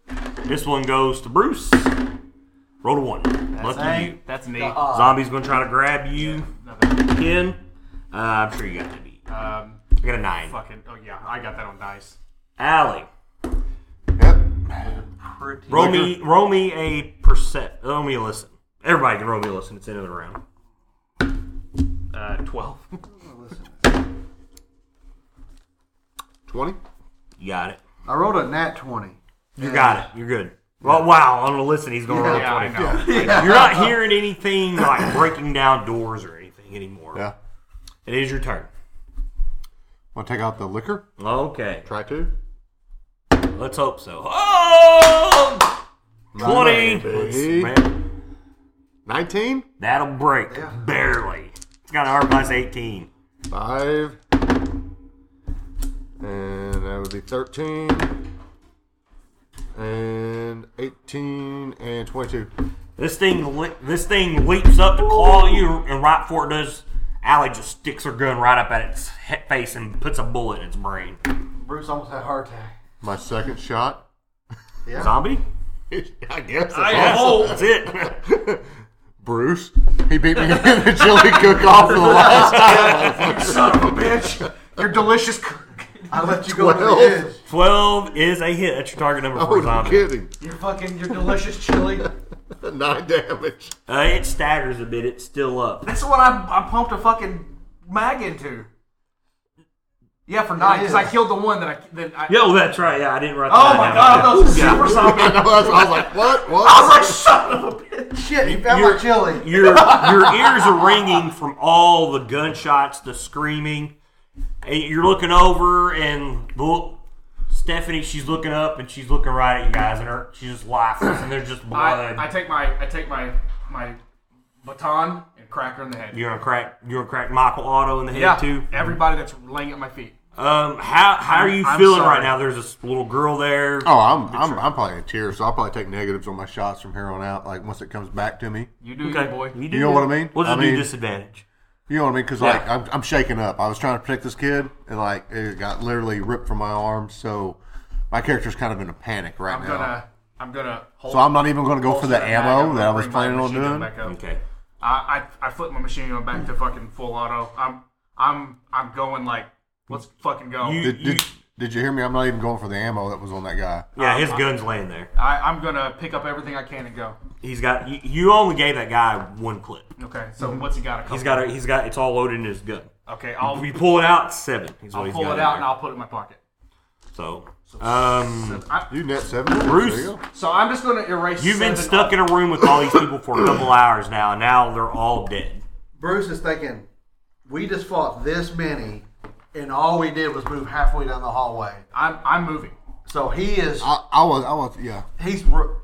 [SPEAKER 1] This one goes to Bruce. Roll to one. Lucky you.
[SPEAKER 3] Thank
[SPEAKER 2] That's neat.
[SPEAKER 3] God.
[SPEAKER 1] Zombie's gonna try to grab you
[SPEAKER 2] Nothing.
[SPEAKER 1] again. Uh, I'm sure you got that beat.
[SPEAKER 2] Um,
[SPEAKER 1] I got a nine.
[SPEAKER 2] fucking. Oh, yeah. I got that on dice.
[SPEAKER 1] Allie,
[SPEAKER 4] Uh, Yep.
[SPEAKER 3] Pretty.
[SPEAKER 1] roll me, roll me a percent. Roll me a listen. Everybody can roll me a listen. It's the end of the round.
[SPEAKER 2] Uh, 12.
[SPEAKER 4] Twenty.
[SPEAKER 1] You got it.
[SPEAKER 3] I rolled a nat 20.
[SPEAKER 1] You got it. You're good. Well, wow. On the listen, he's gonna roll
[SPEAKER 2] yeah,
[SPEAKER 1] a
[SPEAKER 2] I
[SPEAKER 1] twenty.
[SPEAKER 2] know.
[SPEAKER 1] You're not hearing anything like breaking down doors or anything anymore.
[SPEAKER 4] Yeah.
[SPEAKER 1] It is your turn.
[SPEAKER 4] Want to take out the liquor?
[SPEAKER 1] Okay.
[SPEAKER 4] Try to.
[SPEAKER 1] Let's hope so. Oh! 20.
[SPEAKER 4] Twenty.
[SPEAKER 1] Man,
[SPEAKER 4] Nineteen.
[SPEAKER 1] that'll break.
[SPEAKER 3] Yeah.
[SPEAKER 1] Barely. It's got an R plus 18.
[SPEAKER 4] Five. And that would be thirteen. And eighteen and twenty-two.
[SPEAKER 1] This thing li- this thing leaps up to claw you, and right before it does, Allie just sticks her gun right up at its he- face and puts a bullet in its brain.
[SPEAKER 3] Bruce almost had a heart attack.
[SPEAKER 4] My second shot. <laughs>
[SPEAKER 3] Yeah.
[SPEAKER 1] Zombie?
[SPEAKER 4] I
[SPEAKER 1] Yes,
[SPEAKER 4] guess. that's
[SPEAKER 2] oh.
[SPEAKER 4] all.
[SPEAKER 1] That's it.
[SPEAKER 4] Bruce. He beat me <laughs> in the chili cook-off for the last
[SPEAKER 2] <laughs>
[SPEAKER 4] time.
[SPEAKER 2] Son of a bitch. Your delicious cook.
[SPEAKER 3] I let you go to
[SPEAKER 4] Twelve.
[SPEAKER 3] the edge.
[SPEAKER 1] 12 is a hit. That's your target number for
[SPEAKER 4] Oh,
[SPEAKER 1] a
[SPEAKER 4] no
[SPEAKER 1] zombie.
[SPEAKER 4] kidding. <laughs>
[SPEAKER 2] Your fucking, your delicious chili.
[SPEAKER 4] Nine damage. <laughs>
[SPEAKER 1] Uh, it staggers a bit. It's still up.
[SPEAKER 2] That's what I, I pumped a fucking mag into. Yeah, for nine, because I
[SPEAKER 3] is.
[SPEAKER 2] killed the one that I. That I
[SPEAKER 1] Yo, that's right. Yeah, I didn't write
[SPEAKER 2] oh
[SPEAKER 1] that
[SPEAKER 2] my
[SPEAKER 1] down. <laughs>
[SPEAKER 2] god, that was a super zombie.
[SPEAKER 4] I, know, that's- I was like, what? What?
[SPEAKER 2] I was like, son of a bitch.
[SPEAKER 3] Shit, he found my
[SPEAKER 1] You're-
[SPEAKER 3] chili.
[SPEAKER 1] Your your ears are ringing from all the gunshots, the screaming. And you're looking over, and the- Stephanie, she's looking up and she's looking right at you guys, and her she's just lifeless, and there's just blood.
[SPEAKER 2] I, I take my I take my my baton and crack her in the head.
[SPEAKER 1] you're gonna crack. You're gonna crack Michael Otto in the head
[SPEAKER 2] yeah,
[SPEAKER 1] too.
[SPEAKER 2] everybody that's laying at my feet.
[SPEAKER 1] Um, how how are you
[SPEAKER 2] I'm
[SPEAKER 1] feeling
[SPEAKER 2] sorry.
[SPEAKER 1] right now? There's this little girl there.
[SPEAKER 4] Oh, I'm, I'm, I'm probably in tears, so I'll probably take negatives on my shots from here on out, like once it comes back to me.
[SPEAKER 2] You do, you boy.
[SPEAKER 1] You, do
[SPEAKER 4] You know what I
[SPEAKER 1] that.
[SPEAKER 4] mean?
[SPEAKER 1] We'll just
[SPEAKER 4] I
[SPEAKER 1] do
[SPEAKER 4] mean-
[SPEAKER 1] disadvantage.
[SPEAKER 4] You know what I mean? Because,
[SPEAKER 1] Yeah.
[SPEAKER 4] like, I'm, I'm shaking up. I was trying to protect this kid, and, like, it got literally ripped from my arm, so my character's kind of in a panic right
[SPEAKER 2] I'm
[SPEAKER 4] now.
[SPEAKER 2] gonna I'm gonna hold.
[SPEAKER 4] so I'm not even going to go for the
[SPEAKER 2] holster that mag up
[SPEAKER 4] ammo
[SPEAKER 2] and
[SPEAKER 4] that I
[SPEAKER 2] I'll
[SPEAKER 4] was
[SPEAKER 2] bring my
[SPEAKER 4] planning on
[SPEAKER 2] machine gun
[SPEAKER 4] doing.
[SPEAKER 2] back up.
[SPEAKER 1] Okay.
[SPEAKER 2] I, I I flip my machine gun back to fucking full auto. I'm I'm I'm going like let's fucking go.
[SPEAKER 1] You-
[SPEAKER 4] Did, did, Did you hear me? I'm not even going for the ammo that was on that guy.
[SPEAKER 1] Yeah,
[SPEAKER 2] Um,
[SPEAKER 1] his gun's laying there.
[SPEAKER 2] I, I'm gonna pick up everything I can and go.
[SPEAKER 1] He's got. You, you only gave that guy one clip.
[SPEAKER 2] Okay, so what's he got? A
[SPEAKER 1] Mm-hmm.
[SPEAKER 2] couple.
[SPEAKER 1] He's got. A, he's got. It's all loaded in his gun.
[SPEAKER 2] Okay, I'll
[SPEAKER 1] If you pull it out, it's seven. Is what
[SPEAKER 2] I'll
[SPEAKER 1] he's
[SPEAKER 2] pull
[SPEAKER 1] got
[SPEAKER 2] it
[SPEAKER 1] in
[SPEAKER 2] out
[SPEAKER 1] there.
[SPEAKER 2] and I'll put it in my pocket.
[SPEAKER 1] So, um,
[SPEAKER 2] I,
[SPEAKER 4] You net seven.
[SPEAKER 1] Bruce.
[SPEAKER 4] There you go.
[SPEAKER 2] so I'm just gonna erase.
[SPEAKER 1] you've been
[SPEAKER 2] seven
[SPEAKER 1] stuck in a room with all these people for a couple hours now. and Now they're all dead.
[SPEAKER 3] Bruce is thinking, we just fought this many, and all we did was move halfway down the hallway.
[SPEAKER 2] I'm I'm moving.
[SPEAKER 3] So he is
[SPEAKER 4] I, I was. I was. Yeah.
[SPEAKER 3] he's ru-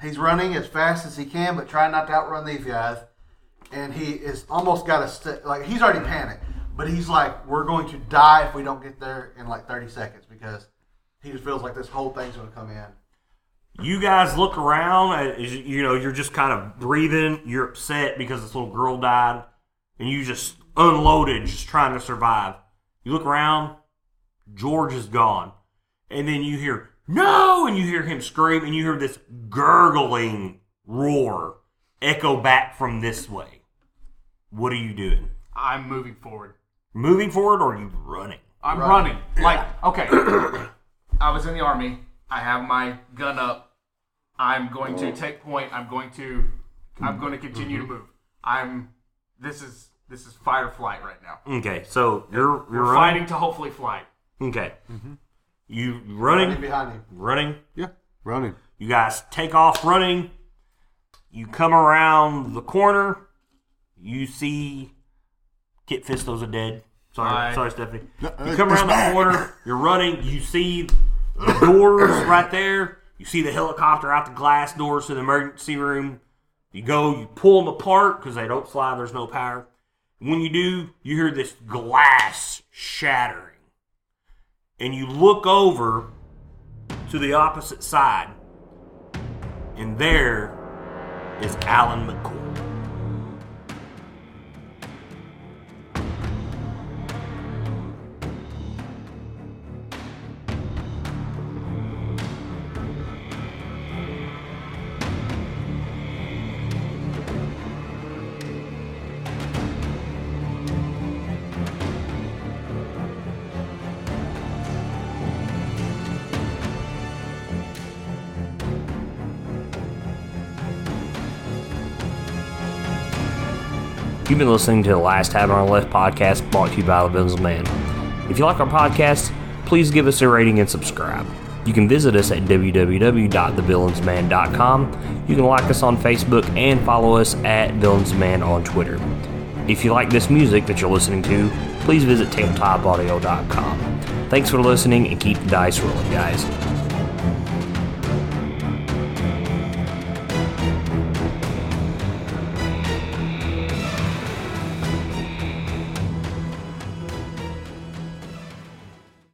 [SPEAKER 3] he's running as fast as he can, but trying not to outrun these guys. And he is almost got a st- like he's already panicked, but he's like, we're going to die if we don't get there in like 30 seconds because he just feels like this whole thing's going to come in.
[SPEAKER 1] You guys look around. uh, is- You know, you're just kind of breathing. You're upset because this little girl died, and you just unloaded, just trying to survive. You look around. George is gone, and then you hear no, and you hear him scream, and you hear this gurgling roar echo back from this way. What are you doing?
[SPEAKER 2] I'm moving forward.
[SPEAKER 1] Moving forward, or are you running?
[SPEAKER 2] I'm
[SPEAKER 3] Running.
[SPEAKER 2] running. Like okay, I was in the army. I have my gun up. I'm going to
[SPEAKER 1] Mm.
[SPEAKER 2] take point. I'm going to I'm going to continue
[SPEAKER 1] Mm-hmm.
[SPEAKER 2] to move. I'm this is this is fight or flight right now.
[SPEAKER 1] Okay, so you're you're
[SPEAKER 2] We're
[SPEAKER 1] running.
[SPEAKER 2] fighting to hopefully fly.
[SPEAKER 1] Okay, you
[SPEAKER 3] Running
[SPEAKER 1] running,
[SPEAKER 3] behind him.
[SPEAKER 1] running.
[SPEAKER 4] Yeah. Running.
[SPEAKER 1] You guys take off running. You come around the corner. You see Kit Fisto's a dead. Sorry,
[SPEAKER 2] Hi.
[SPEAKER 1] sorry, Stephanie.
[SPEAKER 4] No,
[SPEAKER 1] you come
[SPEAKER 4] it's
[SPEAKER 1] around
[SPEAKER 4] back.
[SPEAKER 1] the corner. You're running. You see the doors
[SPEAKER 4] <coughs>
[SPEAKER 1] right there. You see the helicopter out the glass doors to the emergency room. You go. You pull them apart because they don't fly. There's no power. When you do, you hear this glass shattering, and you look over to the opposite side, and there is Alan McCoy. You've been listening to the Last Time on the Left podcast brought to you by The Benzel Man. If you like our podcast, please give us a rating and subscribe. You can visit us at www.thebillinsman.com. You can like us on Facebook and follow us at Villains Man on Twitter. If you like this music that you're listening to, please visit tabletopaudio.com. Thanks for listening and keep the dice rolling, guys.